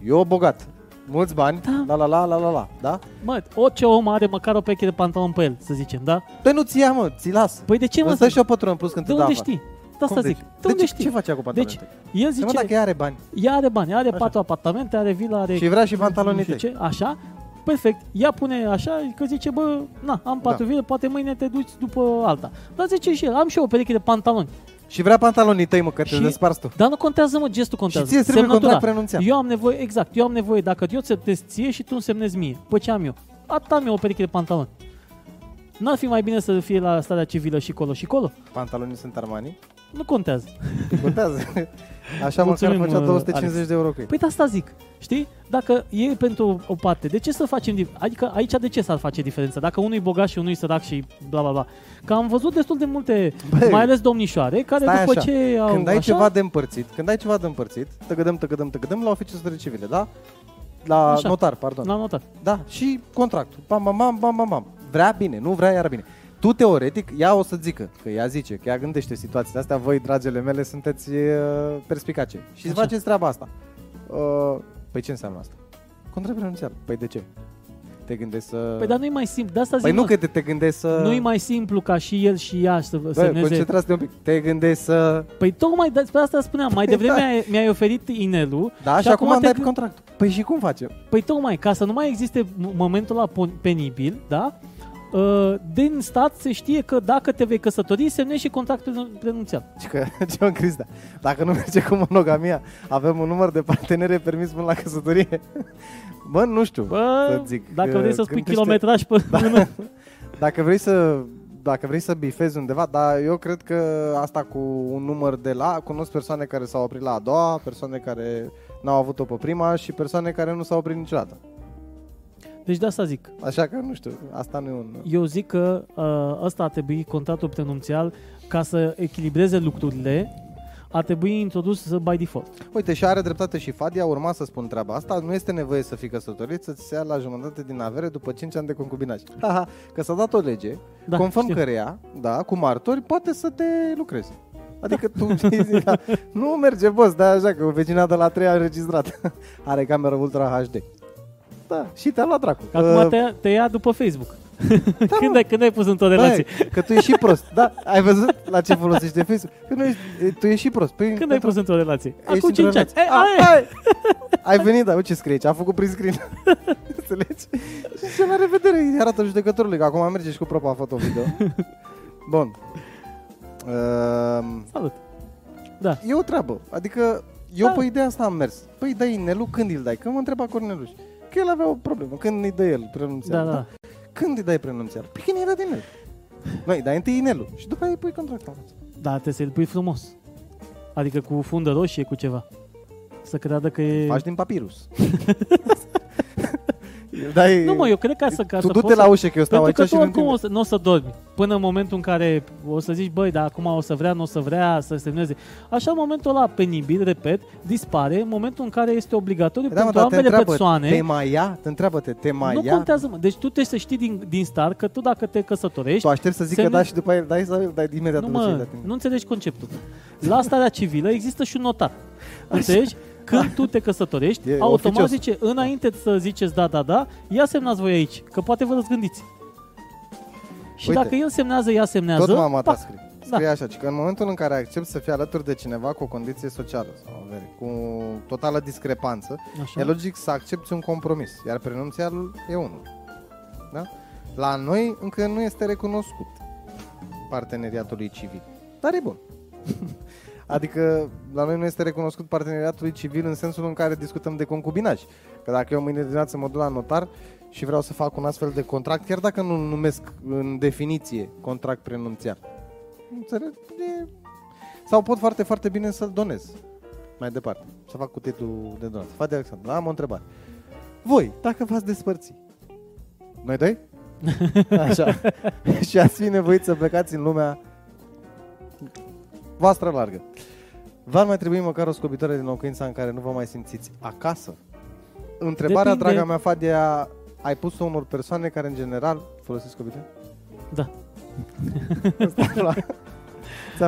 Speaker 2: Eu bogat. Mulți bani,
Speaker 1: Da.
Speaker 2: la la la la la la, da?
Speaker 1: Mă, orice om are măcar o peche de pantalon pe el, să zicem, da?
Speaker 2: Păi nu ți ia, mă, ți las.
Speaker 1: Păi de ce mă...
Speaker 2: Lăsă și o pătură în plus când
Speaker 1: de
Speaker 2: te dă
Speaker 1: unde
Speaker 2: afară.
Speaker 1: știi? De asta
Speaker 2: Cum
Speaker 1: zic.
Speaker 2: deci?
Speaker 1: De unde
Speaker 2: Deci,
Speaker 1: știi?
Speaker 2: Ce face acum
Speaker 1: Deci, el
Speaker 2: Zice... Păi Mă,
Speaker 1: zice,
Speaker 2: dacă ea are bani
Speaker 1: ea are bani, are
Speaker 2: Așa.
Speaker 1: patru apartamente, are vila, are
Speaker 2: și vrea și
Speaker 1: nu
Speaker 2: pantalonii
Speaker 1: știu
Speaker 2: tăi.
Speaker 1: ce, așa, perfect. Ea pune așa că zice, bă, na, am patru da. vile, poate mâine te duci după alta. Dar zice și el, am și eu o pereche de pantaloni.
Speaker 2: Și vrea pantalonii tăi, mă, că te
Speaker 1: Și-
Speaker 2: desparți tu.
Speaker 1: Dar nu contează, mă, gestul contează.
Speaker 2: Și ție îți trebuie contract prenunțiat.
Speaker 1: Eu am nevoie, exact, eu am nevoie, dacă eu semnez ție și tu îmi semnezi mie, pe ce am eu? Atât am eu o pereche de pantaloni. N-ar fi mai bine să fie la starea civilă și colo și colo?
Speaker 2: Pantalonii sunt Armani.
Speaker 1: Nu contează.
Speaker 2: Contează. Așa măcar
Speaker 1: Mulțumim,
Speaker 2: făcea
Speaker 1: uh,
Speaker 2: 250
Speaker 1: Alex.
Speaker 2: de euro cu ei.
Speaker 1: Păi de asta zic, știi? Dacă e pentru o parte, de ce să facem... dif- Adică aici de ce s-ar face diferența? Dacă unul e bogat și unul e sărac și bla bla bla. Că am văzut destul de multe,
Speaker 2: Băi,
Speaker 1: mai ales domnișoare, care
Speaker 2: stai
Speaker 1: după
Speaker 2: așa.
Speaker 1: ce au...
Speaker 2: Când ai
Speaker 1: așa,
Speaker 2: ceva de împărțit, când ai ceva de împărțit, tăgădăm, tăgădăm, tăgădăm la oficiul stării civile, da? La
Speaker 1: Așa.
Speaker 2: notar, pardon.
Speaker 1: L-am notat.
Speaker 2: Da, și contractul. Bam, bam, bam, bam, bam, bam. Vrea bine, nu vrea, iar bine. Tu, teoretic, ea o să zică, că ea zice, că ea gândește situațiile astea, voi, dragele mele, sunteți uh, perspicace. Și îți
Speaker 1: Așa.
Speaker 2: faceți treaba asta. Uh, păi ce înseamnă asta? Contract renunțial. Păi de ce? Te gândești să...
Speaker 1: Păi dar nu-i mai simplu, de asta zic,
Speaker 2: păi nu uh,
Speaker 1: mă,
Speaker 2: că te, te gândești să...
Speaker 1: nu-i mai simplu ca și el și ea să
Speaker 2: Bă,
Speaker 1: semneze.
Speaker 2: concentrați-te un pic. Te gândești să...
Speaker 1: Păi tocmai despre asta spuneam, mai
Speaker 2: Păi
Speaker 1: devreme
Speaker 2: da.
Speaker 1: ai- mi-ai oferit inelul
Speaker 2: Da, și,
Speaker 1: și
Speaker 2: acum,
Speaker 1: acum
Speaker 2: acum
Speaker 1: te
Speaker 2: dai
Speaker 1: gâ-
Speaker 2: contractul. Păi și cum facem?
Speaker 1: Păi tocmai, ca să nu mai existe m- momentul la pon- penibil, da? Uh, Din stat se știe că dacă te vei căsători, semnezi și contractul renunțiat.
Speaker 2: Și că John Cristea, dacă nu merge cu monogamia, avem un număr de partenere permis până la căsătorie. Bă, nu știu.
Speaker 1: Bă,
Speaker 2: să zic, uh,
Speaker 1: dacă
Speaker 2: că
Speaker 1: vrei să spui
Speaker 2: gândește-
Speaker 1: kilometraj pe da. mână,
Speaker 2: Dacă vrei să dacă vrei să bifezi undeva, dar eu cred că asta cu un număr de la, cunosc persoane care s-au oprit la a doua, persoane care n-au avut-o pe prima și persoane care nu s-au oprit niciodată.
Speaker 1: deci de asta zic.
Speaker 2: Așa că, nu știu, asta nu e un...
Speaker 1: Eu zic că uh, ăsta ar trebui contractul renunțial ca să echilibreze lucrurile, ar trebui introdus by default.
Speaker 2: Uite, și are dreptate și Fadia, urma să spun treaba asta, nu este nevoie să fii căsătorit, să-ți se ia la jumătate din avere după 5 ani de concubinaj. Haha, că s-a dat o lege,
Speaker 1: Da,
Speaker 2: da, conform
Speaker 1: știu.
Speaker 2: căreia, da, cu martori, poate să te lucrezi. Adică tu zici, da, nu da, merge, boss, dar așa că vecina de la 3 a înregistrat. Are cameră Ultra HD. Da, și te-a luat dracu.
Speaker 1: Acum te, te ia după Facebook.
Speaker 2: Uh, da,
Speaker 1: când,
Speaker 2: mă.
Speaker 1: ai, când ai pus într-o relație?
Speaker 2: Băi, că tu ești și prost, da? Ai văzut la ce folosește Facebook? Că nu ești, tu ești și prost. Păi,
Speaker 1: Când ai
Speaker 2: pentru-
Speaker 1: pus într-o relație?
Speaker 2: ești
Speaker 1: Acum
Speaker 2: într-o
Speaker 1: 5 ani. Eh,
Speaker 2: relație. Ah.
Speaker 1: E,
Speaker 2: A,
Speaker 1: aia e.
Speaker 2: ai, ai venit, da, uite ce scrie aici, a făcut prin screen. Înțelegi? Și ce la revedere, îi arată judecătorului, că acum merge și cu propa foto-video. Bun. Ehm,
Speaker 1: Salut.
Speaker 2: E o treabă. Adică eu
Speaker 1: Da.
Speaker 2: da. pe ideea asta am mers. Păi dai inelul când îl dai? Că mă întreba Corneluș. Că el avea o problemă. Când îi dă el
Speaker 1: Da,
Speaker 2: prenunțarea?
Speaker 1: da.
Speaker 2: Când îi dai prenunțarea? Păi când îi dai din el. Noi, dai întâi inelul și după aia îi pui contractul.
Speaker 1: Da, trebuie să-l pui frumos. Adică cu fundă roșie, cu ceva. Să creadă că e...
Speaker 2: Faci din papirus. Îl dai...
Speaker 1: Nu mă, eu cred că să... Ca
Speaker 2: tu
Speaker 1: să
Speaker 2: du-te
Speaker 1: poți
Speaker 2: la ușă că eu stau
Speaker 1: Pentru
Speaker 2: aici
Speaker 1: că tu
Speaker 2: și nu
Speaker 1: oricum
Speaker 2: întind.
Speaker 1: o să, nu o să dormi până în momentul în care o să zici, băi, dar acum o să vrea, nu o să vrea să se semneze. Așa, în momentul ăla penibil, repet, dispare în momentul în care este obligatoriu
Speaker 2: Da, mă,
Speaker 1: pentru
Speaker 2: dar te
Speaker 1: ambele
Speaker 2: întreabă,
Speaker 1: persoane.
Speaker 2: te mai ia? Te întreabă, te, te mai
Speaker 1: nu
Speaker 2: ia?
Speaker 1: contează, mă. Deci tu trebuie să știi din, din start că tu dacă te
Speaker 2: Tu
Speaker 1: căsătorești,
Speaker 2: aștepți să zic că
Speaker 1: Semne-
Speaker 2: da și după aia îl dai sau îl dai imediat
Speaker 1: nu,
Speaker 2: după ce îi
Speaker 1: mă,
Speaker 2: dai tine?
Speaker 1: nu înțelegi conceptul. La starea civilă există și un notar. Înțelegi? Când tu te căsătorești,
Speaker 2: E
Speaker 1: automat
Speaker 2: oficios.
Speaker 1: zice, înainte să ziceți da, da, da, ia semnați voi aici, că poate vă răzgândiți. Și
Speaker 2: Uite.
Speaker 1: dacă el semnează, ea semnează,
Speaker 2: Tot mama ta
Speaker 1: pac,
Speaker 2: scrie. Scrie da. așa, ci că în momentul în care accepti să fii alături de cineva cu o condiție socială sau avere, cu totală discrepanță,
Speaker 1: Așa.
Speaker 2: e logic să accepti un compromis, iar prenunțialul e unul. Da? La noi încă nu este recunoscut parteneriatului civil, dar e bun. Adică la noi nu este recunoscut parteneriatul civil în sensul în care discutăm de concubinaj. Că dacă eu mâine dimineață mă duc la notar și vreau să fac un astfel de contract, chiar dacă nu-l numesc în definiție contract prenunțiat. Înțeleg? E... Sau pot foarte, foarte bine să-l donez mai departe. Să fac cutetul de donat. Fate Alexandru, am o întrebare. Voi, dacă v-ați despărți, noi doi? Așa. și ați fi nevoit să plecați în lumea voastră largă. V-ar mai trebui măcar o scobitoare din locuința în care nu vă mai simțiți acasă? Întrebarea,
Speaker 1: Depinde.
Speaker 2: draga mea, Fadia, ai pus-o unor persoane care, în general, folosesc scobitoare?
Speaker 1: Da.
Speaker 2: Ți-am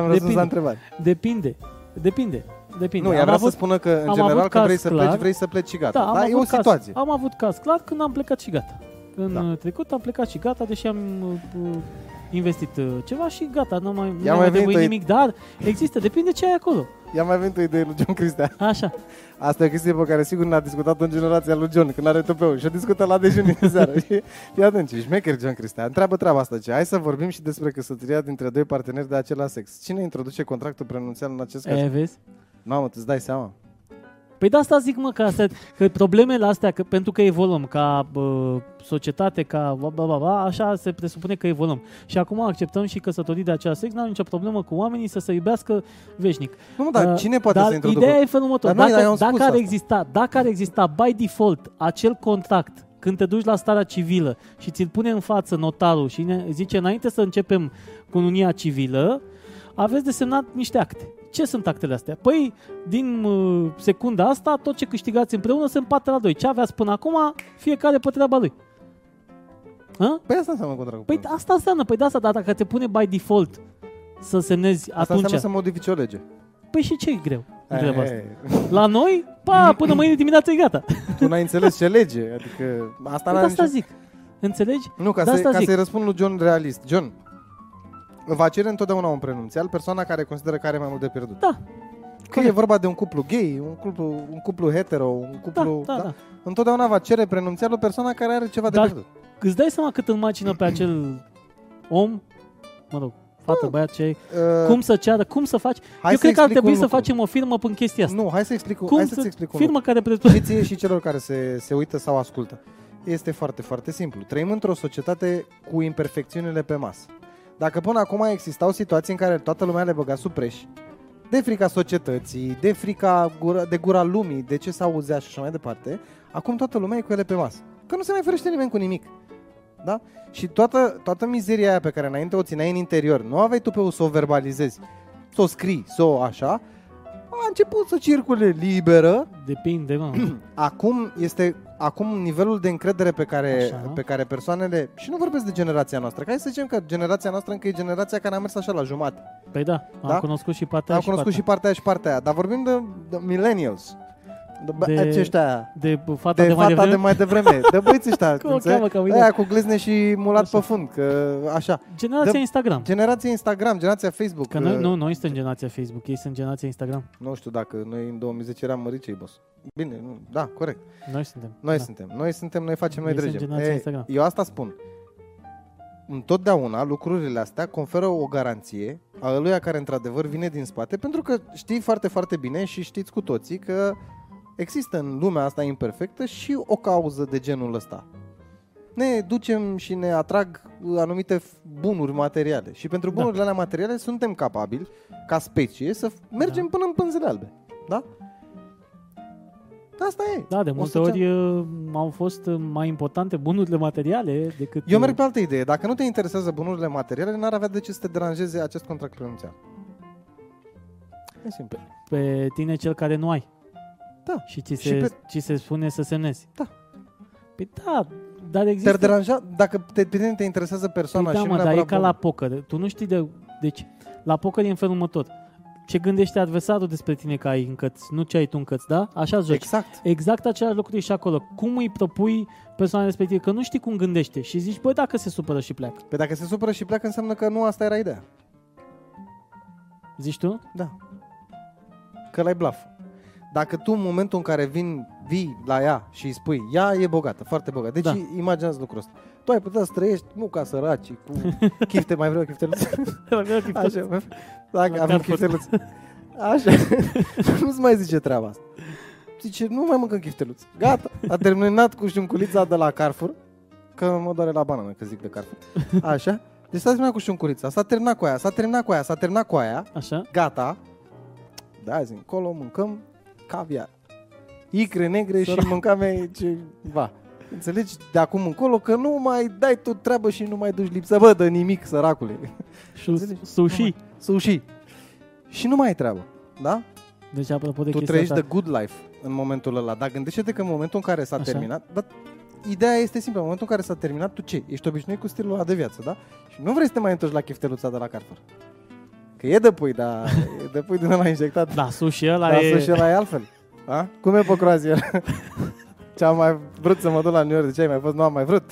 Speaker 2: răspuns
Speaker 1: Depinde.
Speaker 2: la întrebare.
Speaker 1: Depinde. Depinde. Depinde.
Speaker 2: Nu, ea
Speaker 1: am
Speaker 2: vrea să
Speaker 1: avut,
Speaker 2: spună că, în
Speaker 1: am
Speaker 2: general,
Speaker 1: avut
Speaker 2: când vrei
Speaker 1: caz
Speaker 2: să
Speaker 1: clar.
Speaker 2: pleci, vrei să pleci și gata.
Speaker 1: da, am
Speaker 2: Dar
Speaker 1: avut
Speaker 2: e o
Speaker 1: caz,
Speaker 2: situație.
Speaker 1: Am avut caz clar când am plecat și gata. În
Speaker 2: Da.
Speaker 1: da. trecut am plecat și gata, deși am uh, investit uh, ceva și gata, nu mai, nu
Speaker 2: mai
Speaker 1: mai, mai
Speaker 2: venit
Speaker 1: trebuie
Speaker 2: o-
Speaker 1: nimic, dar există, depinde ce ai acolo.
Speaker 2: I-am mai venit o idee lui John Cristea.
Speaker 1: Așa.
Speaker 2: Asta e o chestie pe care sigur n-a discutat-o în generația lui John, când are topeu și o discută la dejun în seară. Și Fii atent, e șmecher John Cristea. Întreabă treaba asta, ce? Hai să vorbim și despre căsătoria dintre doi parteneri de același sex. Cine introduce contractul prenunțial în acest caz?
Speaker 1: E, Eh, vezi?
Speaker 2: Mamă, tu îți dai seama?
Speaker 1: Păi de asta zic, mă, că, astea, că problemele astea, că, pentru că evoluăm ca bă, societate, ca bla, bla, bla, bla, așa se presupune că evoluăm. Și acum acceptăm și căsătorii de acea sex, n-am nicio problemă cu oamenii să se iubească veșnic.
Speaker 2: Nu, mă, dar
Speaker 1: Uh,
Speaker 2: cine poate
Speaker 1: dar
Speaker 2: să introducă?
Speaker 1: Ideea e felul următor.
Speaker 2: Dar noi
Speaker 1: dacă,
Speaker 2: le-am spus
Speaker 1: dacă, ar
Speaker 2: asta.
Speaker 1: exista, dacă ar exista by default acel contract când te duci la starea civilă și ți-l pune în față notarul și ne zice înainte să începem cu unia civilă, aveți de semnat niște acte. Ce sunt actele astea? Păi, din uh, secunda asta, tot ce câștigați împreună se împarte la doi. Ce aveați până acum, fiecare pe treaba lui. Hă?
Speaker 2: Păi asta înseamnă
Speaker 1: Păi
Speaker 2: contractul. prenunțial.
Speaker 1: asta înseamnă, păi de asta, dar dacă te pune by default să semnezi
Speaker 2: Asta
Speaker 1: atunci,
Speaker 2: înseamnă să modifici o lege.
Speaker 1: păi și ce e greu? Întreba asta.
Speaker 2: Ei,
Speaker 1: La noi, pa, până mâine dimineață e gata.
Speaker 2: tu n-ai înțeles ce lege, adică asta
Speaker 1: Dar Păi
Speaker 2: n-are
Speaker 1: da, asta
Speaker 2: nicio
Speaker 1: zic. Înțelegi?
Speaker 2: Nu, ca,
Speaker 1: De Da,
Speaker 2: să,
Speaker 1: asta
Speaker 2: ca
Speaker 1: zic.
Speaker 2: să-i răspund lui John realist. John, va cere întotdeauna un prenunțial persoana care consideră că are mai mult de pierdut.
Speaker 1: Da.
Speaker 2: Că e vorba de un cuplu gay, un cuplu, un cuplu hetero, un
Speaker 1: Da,
Speaker 2: cuplu...
Speaker 1: da, da.
Speaker 2: Întotdeauna va cere prenunțialul persoana care are ceva
Speaker 1: Dar-
Speaker 2: de pierdut.
Speaker 1: Îți dai seama cât înmacină pe acel om, mă rog, fată,
Speaker 2: Da.
Speaker 1: băiat, ce e,
Speaker 2: Uh,
Speaker 1: cum să ceară, cum să faci.
Speaker 2: hai
Speaker 1: Eu
Speaker 2: să
Speaker 1: cred că ar
Speaker 2: explic
Speaker 1: trebui
Speaker 2: un
Speaker 1: să
Speaker 2: lucru.
Speaker 1: facem o firmă până chestia asta.
Speaker 2: Nu, hai să explic,
Speaker 1: cum
Speaker 2: hai să-ți explic un
Speaker 1: firmă care
Speaker 2: lucru.
Speaker 1: prețuie.
Speaker 2: Și ție și celor care se, se uită sau ascultă. Este foarte, foarte simplu. Trăim într-o societate cu imperfecțiunile pe masă. Dacă până acum existau situații în care toată lumea le băga sub preș, de frica societății, de frica gura, de gura lumii, de ce s-auzea și așa mai departe, acum toată lumea e cu ele pe masă. Că nu se mai ferește nimeni cu nimic. Da? Și toată, toată mizeria aia pe care înainte o țineai în interior, nu aveai tu pe o să o verbalizezi, să o scrii, să o așa, a început să circule liberă
Speaker 1: Depinde, mă.
Speaker 2: acum este acum nivelul de încredere pe care,
Speaker 1: Așa.
Speaker 2: pe care persoanele, și nu vorbesc de generația noastră, că hai să zicem că generația noastră încă e generația care a mers așa la jumate.
Speaker 1: Păi da, am
Speaker 2: Da?
Speaker 1: cunoscut Da, și partea
Speaker 2: Am
Speaker 1: aia
Speaker 2: cunoscut și
Speaker 1: partea.
Speaker 2: partea aia și partea aia, dar vorbim de, de millennials, De, bă,
Speaker 1: De-
Speaker 2: aceștia
Speaker 1: De fata
Speaker 2: de,
Speaker 1: de,
Speaker 2: de
Speaker 1: mai
Speaker 2: fata
Speaker 1: devreme,
Speaker 2: de mai devreme, de băiți ăștia,
Speaker 1: Cum o
Speaker 2: înțelegi?
Speaker 1: cheamă, că am uitat.
Speaker 2: Aia cu glezne și mulat
Speaker 1: Așa.
Speaker 2: pe fund, că așa.
Speaker 1: generația
Speaker 2: de-
Speaker 1: Instagram.
Speaker 2: Generația Instagram, generația Facebook.
Speaker 1: Că noi, nu, noi suntem generația Facebook, ei sunt generația Instagram.
Speaker 2: Nu știu dacă noi în 2010 eram măricei, boss. Bine, nu, da, corect.
Speaker 1: Noi suntem.
Speaker 2: Noi
Speaker 1: da.
Speaker 2: suntem, noi suntem, noi facem, noi
Speaker 1: Ei sunt
Speaker 2: dregem.
Speaker 1: generația
Speaker 2: Ei,
Speaker 1: Instagram.
Speaker 2: Eu asta spun. Întotdeauna lucrurile astea conferă o garanție a lui care într-adevăr vine din spate, pentru că știi foarte, foarte bine și știți cu toții că există în lumea asta imperfectă și o cauză de genul ăsta. Ne ducem și ne atrag uh, anumite f- bunuri materiale și pentru
Speaker 1: Da.
Speaker 2: bunurile alea materiale suntem capabili, ca specie, să f- mergem până în pânzele albe. Da? Asta e.
Speaker 1: Da, de
Speaker 2: O
Speaker 1: multe
Speaker 2: să ce-
Speaker 1: ori uh, au fost uh, mai importante bunurile materiale decât...
Speaker 2: Eu
Speaker 1: uh,
Speaker 2: merg pe altă idee. Dacă nu te interesează bunurile materiale, n-ar avea de ce să te deranjeze acest contract prenunțial. E simplu.
Speaker 1: pe tine cel care nu ai.
Speaker 2: Da.
Speaker 1: Și ți
Speaker 2: Și
Speaker 1: se,
Speaker 2: pe-
Speaker 1: ți se spune să semnezi.
Speaker 2: Da.
Speaker 1: Păi da, dar
Speaker 2: Te-ar
Speaker 1: există...
Speaker 2: deranja dacă te, pe tine te interesează persoana
Speaker 1: Păi da,
Speaker 2: și
Speaker 1: mă,
Speaker 2: nu
Speaker 1: dar e
Speaker 2: neapărat
Speaker 1: ca
Speaker 2: bunul.
Speaker 1: la poker. Tu nu știi de... Deci, la poker e în felul următor. Ce gândește adversarul despre tine că ai în căț, nu ce ai tu în căț, da? Așa joci.
Speaker 2: Exact.
Speaker 1: Exact același lucru e și acolo. Cum îi propui persoana respectivă? Că nu știi cum gândește și zici, bă, dacă se supără și pleacă.
Speaker 2: Pe Păi dacă se supără și pleacă, înseamnă că nu asta era ideea.
Speaker 1: Zici tu?
Speaker 2: Da. Că l-ai blaf. Dacă tu în momentul în care vin, vii la ea și îi spui, ea e bogată, foarte bogată. Deci
Speaker 1: Da.
Speaker 2: da. imaginează lucrul ăsta. Tu ai putea să trăiești, nu ca săracii, cu chifte, mai vreau chifte. Așa, mă.
Speaker 1: La
Speaker 2: Dacă avem
Speaker 1: Carrefour.
Speaker 2: chifteluțe. Așa. Nu-ți mai zice treaba asta. Zice, nu mai mâncăm chifteluțe. Gata. A terminat cu șunculița de la Carrefour. Că mă doare la banană că zic de Carrefour. Așa. Deci s-a terminat cu șunculița. S-a terminat cu aia, s-a terminat cu aia, s-a terminat cu aia.
Speaker 1: Așa?
Speaker 2: Gata. De azi încolo mâncăm caviar. Icre negre și mâncam ceva. Înțelegi de acum încolo că nu mai dai tu treabă și nu mai duci lipsă. Bă, de nimic, săracule.
Speaker 1: Shu-
Speaker 2: Înțelegi?
Speaker 1: Sushi.
Speaker 2: Sushi. Și nu mai ai treabă, da?
Speaker 1: Deci, apropo de
Speaker 2: tu
Speaker 1: chestia
Speaker 2: trăiești
Speaker 1: asta,
Speaker 2: de good life în momentul ăla, dar gândește-te că în momentul în care s-a
Speaker 1: Așa.
Speaker 2: terminat, dar ideea este simplă, în momentul în care s-a terminat, tu ce? Ești obișnuit cu stilul ăla de viață, da? Și nu vrei să te mai întorci la chifteluța de la Carrefour. Că e de pui, dar e de pui din ăla injectat.
Speaker 1: Da, sushi ăla
Speaker 2: Dar
Speaker 1: e...
Speaker 2: să și ăla e altfel. A? Cum e pe croazieră? Ce-am mai vrut să mă duc la New York, de ce ai mai fost? Nu am mai vrut.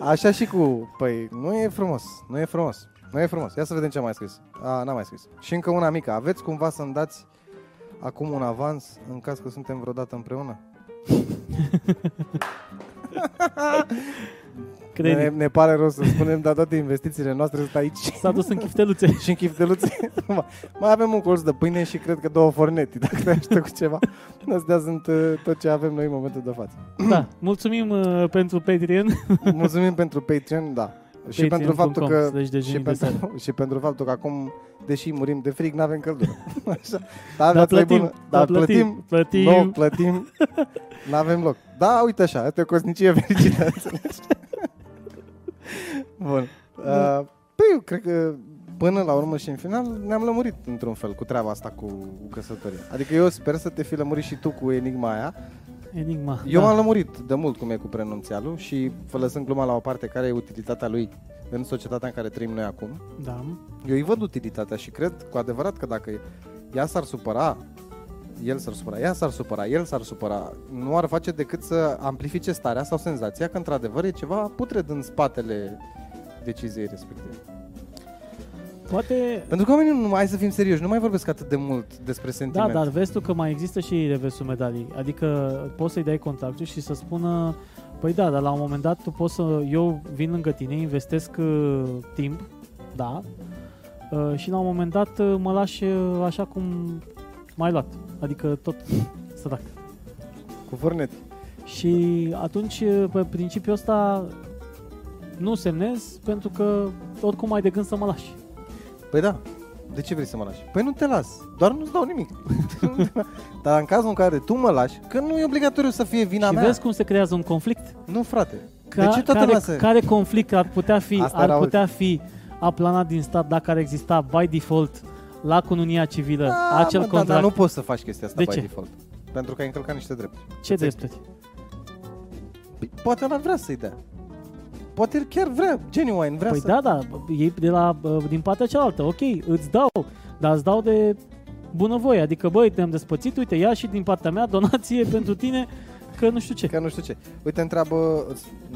Speaker 2: Așa și cu... Păi, nu e frumos, nu e frumos. Nu e frumos. Ia să vedem ce am mai scris. A, n-am mai scris. Și încă una mică. Aveți cumva să-mi dați acum un avans în caz că suntem vreodată împreună? Ne,
Speaker 1: Credit.
Speaker 2: ne pare rău să spunem, dar toate investițiile noastre sunt aici.
Speaker 1: S-a dus în chifteluțe.
Speaker 2: și în chifteluțe. mai avem un colț de pâine și cred că două forneti, dacă te ajută cu ceva. Astea sunt uh, tot ce avem noi în momentul de față.
Speaker 1: da, mulțumim uh, pentru Patreon.
Speaker 2: Mulțumim pentru Patreon, da. Și
Speaker 1: Patreon.com
Speaker 2: pentru faptul că
Speaker 1: slash Dejunii
Speaker 2: și
Speaker 1: Deci, de
Speaker 2: pentru, și pentru faptul că acum, deși murim de frig, nu avem căldură. Așa. Dar,
Speaker 1: Dar
Speaker 2: viața e
Speaker 1: Da, plătim,
Speaker 2: bună.
Speaker 1: dar
Speaker 2: Dar
Speaker 1: plătim,
Speaker 2: da, plătim,
Speaker 1: plătim.
Speaker 2: Nu plătim. Nu avem loc. Da, uite așa, asta e o cosnicie fericită, înțelegi? Bun. Uh, păi eu cred că până la urmă și în final ne-am lămurit într-un fel cu treaba asta cu căsătoria. Adică eu sper să te fi lămurit și tu cu enigma aia.
Speaker 1: Enigma.
Speaker 2: Eu
Speaker 1: da.
Speaker 2: m-am lămurit de mult cum e cu prenunțialul și lăsând gluma la o parte care e utilitatea lui în societatea în care trăim noi acum,
Speaker 1: Da.
Speaker 2: eu îi văd utilitatea și cred cu adevărat că dacă ea s-ar supăra, el s-ar supăra, ea s-ar supăra, el s-ar supăra, nu ar face decât să amplifice starea sau senzația că într-adevăr e ceva putred în spatele deciziei respective.
Speaker 1: da. Poate...
Speaker 2: Pentru că oamenii, nu, hai să fim serioși, nu mai vorbesc atât de mult despre
Speaker 1: Da,
Speaker 2: sentiment.
Speaker 1: dar vezi tu că mai există și reversul medalii. Adică poți să-i dai contactul și să spună Păi da, dar la un moment dat tu poți să... Eu vin lângă tine, investesc uh, timp, da, uh, și la un moment dat uh, mă lași uh, așa cum m-ai luat. Adică tot sărac.
Speaker 2: Cu fornet.
Speaker 1: Și atunci, uh, pe principiul ăsta, nu semnez pentru că oricum ai de gând să mă lași.
Speaker 2: Păi da. De ce vrei să mă lași? Păi nu te las, doar nu-ți dau nimic. Dar în cazul în care tu mă lași, că nu e obligatoriu să fie vina
Speaker 1: și
Speaker 2: mea.
Speaker 1: vezi cum se creează un conflict?
Speaker 2: Nu, frate.
Speaker 1: Ca,
Speaker 2: de ce Deci toată
Speaker 1: care,
Speaker 2: lumea se...
Speaker 1: care conflict ar putea fi,
Speaker 2: Asta
Speaker 1: ar
Speaker 2: era
Speaker 1: putea fi aplanat din stat dacă ar exista by default la cununia civilă
Speaker 2: Da,
Speaker 1: acel
Speaker 2: mă, da,
Speaker 1: contract?
Speaker 2: Dar nu poți să faci chestia asta
Speaker 1: De
Speaker 2: by
Speaker 1: ce?
Speaker 2: default. Pentru că ai încălcat niște drepturi.
Speaker 1: Ce drepturi?
Speaker 2: Păi, poate ăla vrea să-i dea. Poate el chiar vrea, genuine, vrea
Speaker 1: Păi
Speaker 2: să...
Speaker 1: da, da, ei de la, din partea cealaltă, ok, îți dau, dar îți dau de bunăvoie. Adică, băi, te-am despățit, uite, ia și din partea mea donație pentru tine, că nu știu ce.
Speaker 2: Că nu știu ce. Uite, întreabă,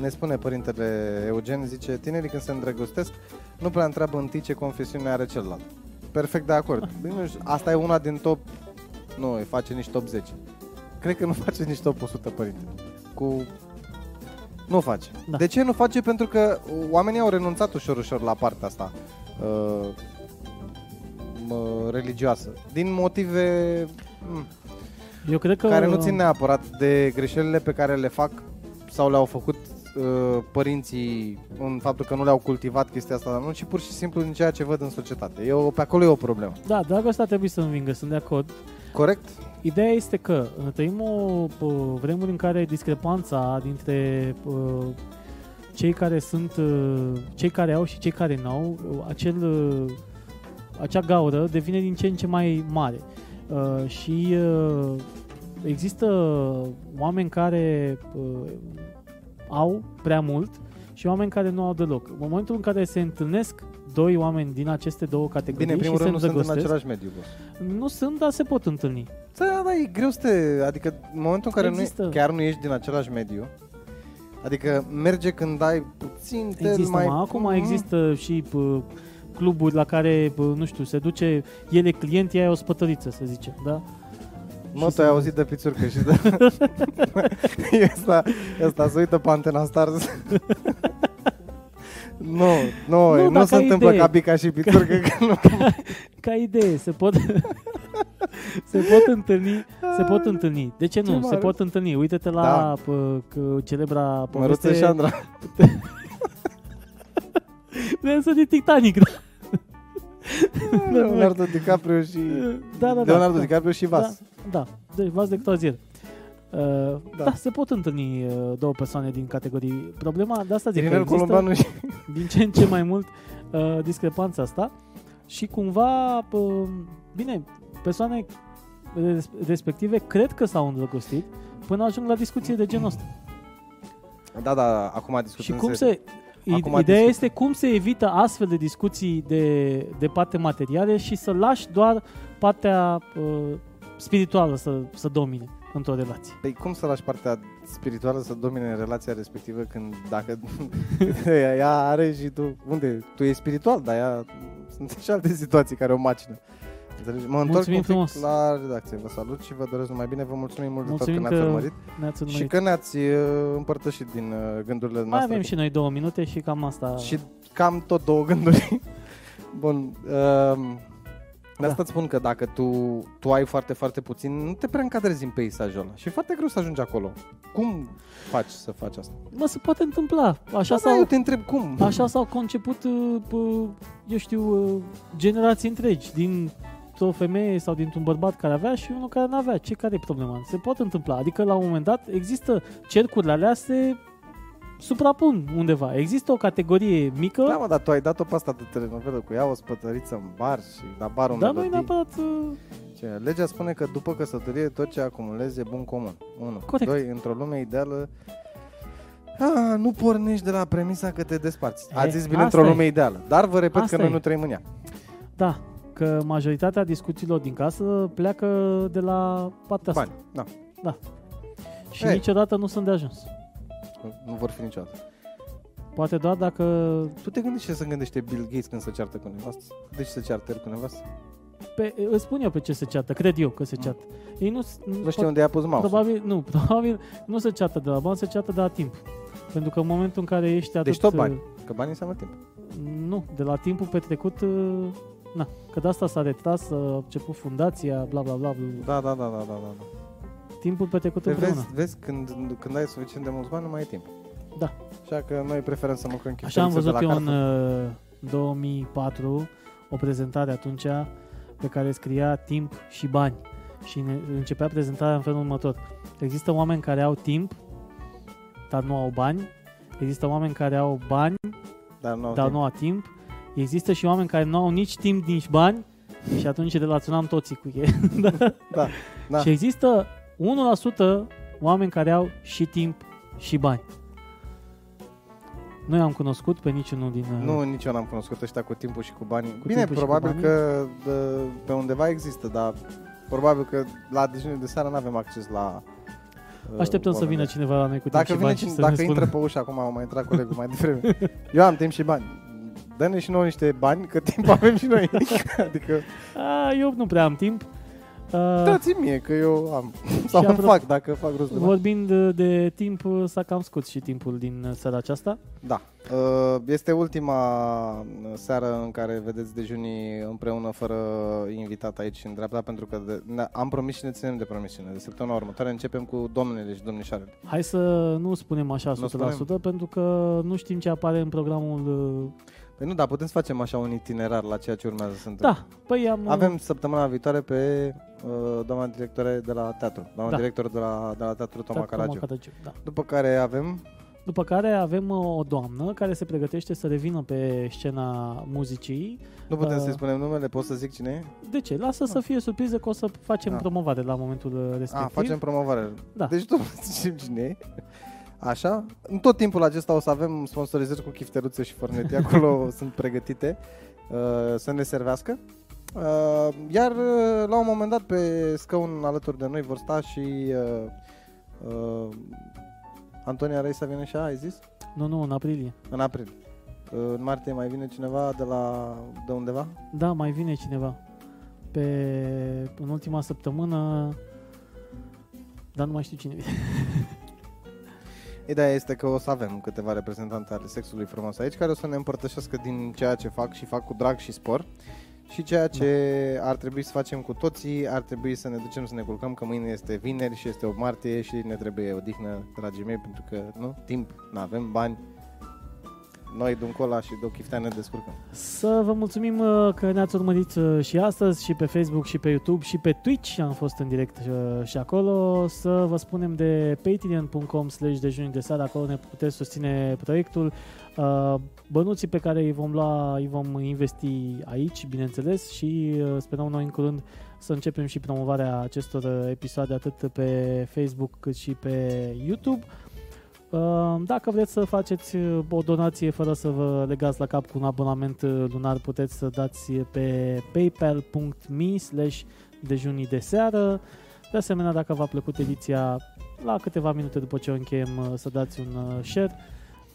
Speaker 2: ne spune părintele Eugen, zice, tinerii când se îndrăgostesc, nu prea întreabă întâi ce confesiune are celălalt. Perfect de acord. Bine, nu știu, asta e una din top, nu, îi face nici top 10. Cred că nu face nici top 100, părinte. Cu nu face.
Speaker 1: Da.
Speaker 2: Da. De ce nu face? Pentru că oamenii au renunțat ușor, ușor la partea asta uh, mă, religioasă. Din motive mm,
Speaker 1: Eu cred că...
Speaker 2: care nu țin neapărat de greșelile pe care le fac sau le-au făcut uh, părinții în faptul că nu le-au cultivat chestia asta, dar nu, ci pur și simplu din ceea ce văd în societate. Eu, pe acolo e o problemă.
Speaker 1: Da, dragostea trebuie să învingă, sunt de acord.
Speaker 2: Corect?
Speaker 1: Ideea este că uh, trăim o pă, vremuri în care discrepanța dintre pă, cei care sunt, uh, cei care au și cei care nu au, uh, acel, uh, acea gaură devine din ce în ce mai mare. Uh, Și uh, există oameni care uh, au prea mult și oameni care nu au deloc. În momentul în care se întâlnesc doi oameni din aceste două categorii
Speaker 2: Bine, în primul
Speaker 1: și se
Speaker 2: rând nu sunt în
Speaker 1: îndrăgostesc,
Speaker 2: același mediu. boss.
Speaker 1: nu sunt, dar se pot întâlni.
Speaker 2: Da, da, e greu să te... Adică în momentul în care
Speaker 1: Există.
Speaker 2: nu, chiar nu ești din același mediu, adică merge când ai puțin te
Speaker 1: Există,
Speaker 2: mai...
Speaker 1: mă, acum
Speaker 2: Mhm.
Speaker 1: există și pă, cluburi la care, pă, nu știu, se duce, ele clienții ai o spătăriță, să zicem, da?
Speaker 2: Mă,
Speaker 1: și
Speaker 2: tu ai
Speaker 1: să-
Speaker 2: auzit de pițurcă și de... asta, asta se uită pe Antena Stars. nu, nu,
Speaker 1: Nu,
Speaker 2: nu,
Speaker 1: dar
Speaker 2: se
Speaker 1: ca
Speaker 2: întâmplă
Speaker 1: idee.
Speaker 2: ca Bica și pițurcă. Că nu.
Speaker 1: Ca idee, se pot se pot întâlni, se pot întâlni. De ce nu?
Speaker 2: Ce
Speaker 1: se
Speaker 2: mare.
Speaker 1: pot întâlni. Uite-te la
Speaker 2: Da.
Speaker 1: pă, că, celebra
Speaker 2: Măruță și
Speaker 1: poveste
Speaker 2: Andra.
Speaker 1: Însă de Titanic. Da,
Speaker 2: Leonardo DiCaprio și...
Speaker 1: da, da.
Speaker 2: Leonardo
Speaker 1: da,
Speaker 2: DiCaprio și Vas.
Speaker 1: Da, da. Deci vas de croazier. Uh, da.
Speaker 2: Da.
Speaker 1: da, se pot întâlni uh, două persoane din categorii. Problema de asta zic că
Speaker 2: Irinel
Speaker 1: există...
Speaker 2: Columbeanu și...
Speaker 1: din ce în ce mai mult uh, discrepanța asta și cumva, uh, bine, persoane res- respective cred că s-au îndrăgostit până ajung la discuții de genul ăsta.
Speaker 2: Da, da, acum discutăm
Speaker 1: Și cum
Speaker 2: serios.
Speaker 1: se... i-
Speaker 2: Acum
Speaker 1: Ideea
Speaker 2: discutăm.
Speaker 1: este cum se evită astfel de discuții de, de parte materiale și să lași doar partea uh, spirituală să, să domine într-o relație.
Speaker 2: Păi cum să lași partea spirituală să domine relația respectivă când dacă ea ea are și tu, unde? Tu e spiritual, dar ea sunt și alte situații care o macină. Înțelegi? Mă întorc
Speaker 1: Mulțumim
Speaker 2: un pic
Speaker 1: frumos.
Speaker 2: la redacție. Vă salut și vă doresc numai bine. Vă mulțumim mult
Speaker 1: Mulțumim
Speaker 2: de tot că
Speaker 1: că
Speaker 2: ne-ați urmărit
Speaker 1: Ne-ați
Speaker 2: și
Speaker 1: urmărit.
Speaker 2: că ne-ați uh, împărtășit din uh, gândurile
Speaker 1: Mai
Speaker 2: noastre.
Speaker 1: avem și noi două minute și cam asta.
Speaker 2: și cam tot două gânduri. Bun. Uh, de asta îți spun că dacă tu, tu ai foarte, foarte puțin, nu te prea încadrezi în peisajul ăla. Și e foarte greu să ajungi acolo. Cum faci să faci asta?
Speaker 1: Mă, se poate întâmpla. Așa
Speaker 2: Da, da,
Speaker 1: sau
Speaker 2: eu te întreb cum.
Speaker 1: Așa s-au conceput, uh, uh, eu știu, uh, generații întregi din o femeie sau dintr-un bărbat care avea și unul care n-avea. Ce care e problema? Se poate întâmpla. Adică la un moment dat există cercurile alea se suprapun undeva. Există o categorie mică,
Speaker 2: Da, mă, dar tu ai dat-o pe asta de telenovelă cu ea, o spătăriță în bar și la bar o
Speaker 1: dar nu e
Speaker 2: melodie.
Speaker 1: neapărat... uh,
Speaker 2: Ce? Legea spune că după căsătorie tot ce acumulezi e bun comun. 1.
Speaker 1: Corect.
Speaker 2: 2. Într-o lume ideală a, nu pornești de la premisa că te desparți.
Speaker 1: E,
Speaker 2: Ați zis bine
Speaker 1: asta
Speaker 2: într-o
Speaker 1: e.
Speaker 2: lume ideală, dar vă repet
Speaker 1: Asta
Speaker 2: că noi
Speaker 1: e.
Speaker 2: nu trăim în ea.
Speaker 1: Da, că majoritatea discuțiilor din casă pleacă de la partea
Speaker 2: Bani,
Speaker 1: asta.
Speaker 2: da.
Speaker 1: Și
Speaker 2: Ei.
Speaker 1: niciodată nu sunt de ajuns.
Speaker 2: Nu vor fi niciodată.
Speaker 1: Poate doar dacă...
Speaker 2: Tu te gândești ce se gândește Bill Gates când se ceartă cu nevastă? De ce se ceartă el cu nevastă?
Speaker 1: Pe, îți spun eu pe ce se ceartă, cred eu că se
Speaker 2: Mm.
Speaker 1: ceartă. Ei nu,
Speaker 2: Nu știu unde i-a pus mouse
Speaker 1: Probabil, nu, probabil nu se ceată de la bani, se ceată de la timp. Pentru că în momentul în care ești atât... uh,
Speaker 2: Deci tot bani, că banii înseamnă timp.
Speaker 1: Nu, de la timpul petrecut, uh, na, că de asta s-a retras, a început fundația, bla bla bla, bla, bla.
Speaker 2: Da, da, da, da, da, da.
Speaker 1: timpul petrecut
Speaker 2: Te
Speaker 1: împreună.
Speaker 2: vezi, vezi când, când ai suficient de mulți bani, nu mai e timp.
Speaker 1: Da.
Speaker 2: Așa că noi preferăm să mâncăm
Speaker 1: Așa am
Speaker 2: chifterițe
Speaker 1: văzut
Speaker 2: de
Speaker 1: eu
Speaker 2: la
Speaker 1: în uh, 2004 o prezentare atunci pe care scria timp și bani și ne- începea prezentarea în felul următor. Există oameni care au timp, dar nu au bani. Există oameni care au bani,
Speaker 2: Dar nu, au
Speaker 1: dar
Speaker 2: timp.
Speaker 1: nu a timp. Există și oameni care nu au nici timp, nici bani și atunci relaționam toții cu ei.
Speaker 2: Da, da.
Speaker 1: Și există 1% oameni care au și timp și bani. Noi am cunoscut pe niciunul din... uh,
Speaker 2: Nu, nici eu n-am cunoscut ăștia cu timpul și cu banii.
Speaker 1: Cu
Speaker 2: Bine,
Speaker 1: timpul și cu
Speaker 2: probabil
Speaker 1: banii?
Speaker 2: că dă, pe undeva există, dar probabil că la dejunul de seară nu avem acces la... uh,
Speaker 1: Așteptăm să
Speaker 2: oameni.
Speaker 1: vină cineva la noi cu timp
Speaker 2: Dacă,
Speaker 1: și
Speaker 2: vine,
Speaker 1: bani și
Speaker 2: cine,
Speaker 1: să
Speaker 2: dacă
Speaker 1: ne
Speaker 2: intră
Speaker 1: spună.
Speaker 2: pe ușa acum, am mai intrat colegul mai devreme. Eu am timp și bani. Dă-ne și nouă niște bani, că timp avem și noi. adică,
Speaker 1: A, Ah, eu nu prea am timp. Uh,
Speaker 2: dați mie, că eu am. Sau
Speaker 1: Și
Speaker 2: îmi
Speaker 1: apro-
Speaker 2: fac, dacă fac rost de bani.
Speaker 1: Vorbind uh, de timp, uh, s-a cam scurs și timpul din uh, seara aceasta.
Speaker 2: Da. Uh, Este ultima uh, seară în care vedeți dejunii împreună fără invitat aici în dreapta, pentru că de, ne- am promis și ne ținem de promisiune. De săptămâna următoare începem cu domnele și domnișoarele.
Speaker 1: Hai să nu spunem așa 100%,
Speaker 2: Nu
Speaker 1: pentru că nu știm ce apare în programul... uh,
Speaker 2: Păi nu, dar putem să facem așa un itinerar la ceea ce urmează să întâmple.
Speaker 1: Da, păi am...
Speaker 2: Avem săptămâna viitoare pe uh, doamna directoare de la teatru, doamna
Speaker 1: Da.
Speaker 2: director de la, de la teatru Toma
Speaker 1: Toma
Speaker 2: Caragiu.
Speaker 1: Caragiu, da.
Speaker 2: După care avem,
Speaker 1: După care avem uh, o doamnă care se pregătește să revină pe scena muzicii.
Speaker 2: nu putem
Speaker 1: Uh,
Speaker 2: să-i spunem numele, pot să zic cine e?
Speaker 1: De ce? Lasă să fie surpriză că o să facem
Speaker 2: Da.
Speaker 1: promovare la momentul uh, respectiv.
Speaker 2: Ah, facem promovare.
Speaker 1: Da.
Speaker 2: Deci tot știm cine e. Așa. În tot timpul acesta o să avem sponsorizări cu chifteruțe și fornete. Acolo sunt pregătite uh, să ne servească. Uh, iar uh, la un moment dat pe scaun alături de noi vor sta și uh, uh, Antonia Reisa vine și ea, ai zis?
Speaker 1: Nu, nu, în aprilie.
Speaker 2: În april. Uh, în martie mai vine cineva de la de undeva?
Speaker 1: Da, mai vine cineva. Pe, în ultima săptămână... Dar nu mai știu cine vine.
Speaker 2: Ideea este că o să avem câteva reprezentante ale sexului frumos aici care o să ne împărtășească din ceea ce fac și fac cu drag și spor și ceea ce ar trebui să facem cu toții, ar trebui să ne ducem să ne culcăm că mâine este vineri și este o martie și ne trebuie odihnă, dragii mei, pentru că nu, timp, nu avem bani. Noi, Duncola și Doc Chiftea ne descurcăm.
Speaker 1: Să vă mulțumim uh, că ne-ați urmărit uh, și astăzi, și pe Facebook, și pe YouTube, și pe Twitch. Am fost în direct uh, și acolo. Să vă spunem de patreon.com slash dejuni de seară. Acolo ne puteți susține proiectul. Uh, Bănuții pe care îi vom lua, îi vom investi aici, bineînțeles, și uh, sperăm noi în curând să începem și promovarea acestor uh, episoade atât pe Facebook cât și pe YouTube. Uh, Dacă vreți să faceți uh, o donație fără să vă legați la cap cu un abonament uh, lunar, puteți să dați pe paypal.me slash dejunii de seară. De asemenea, dacă v-a plăcut ediția, la câteva minute după ce o încheiem, uh, să dați un uh, share.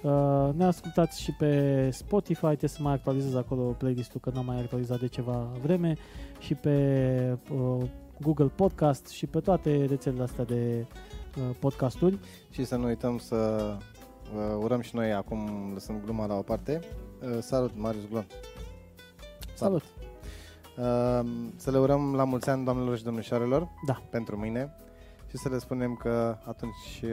Speaker 1: Uh, Ne ascultați și pe Spotify, trebuie să mai actualizez acolo playlist-ul, că n-am mai actualizat de ceva vreme, și pe uh, Google Podcast și pe toate rețelele astea de uh, podcasturi.
Speaker 2: Și să nu uităm să uh, urăm și noi, acum lăsăm gluma la o parte. Uh, salut, Marius Glon.
Speaker 1: Salut!
Speaker 2: Um, Să le urăm la mulți ani doamnelor și domnișoarelor
Speaker 1: Da.
Speaker 2: pentru mâine și să le spunem că atunci uh,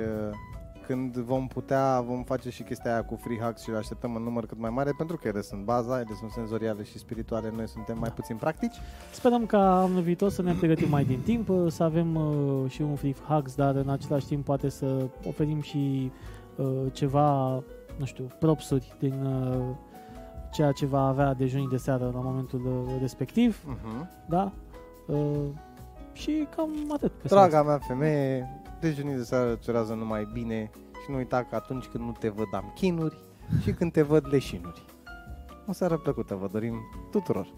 Speaker 2: când vom putea, vom face și chestia aia cu free hacks și le așteptăm în număr cât mai mare pentru că ele sunt baza, ele sunt senzoriale și spirituale, noi suntem mai
Speaker 1: Da.
Speaker 2: puțin practici.
Speaker 1: Sperăm ca anul viitor să ne pregătim mai din timp, să avem uh, și un free hacks, dar în același timp poate să oferim și uh, ceva, nu știu, propsuri din uh, ceea ce va avea dejunii de seară la momentul uh, respectiv,
Speaker 2: Uh-huh.
Speaker 1: da? Uh, și cam atât. pe seara asta.
Speaker 2: Păi Draga mea femeie, dejunii de seară îți urează numai bine și nu uita că atunci când nu te văd am chinuri și când te văd leșinuri. O seară plăcută vă dorim tuturor!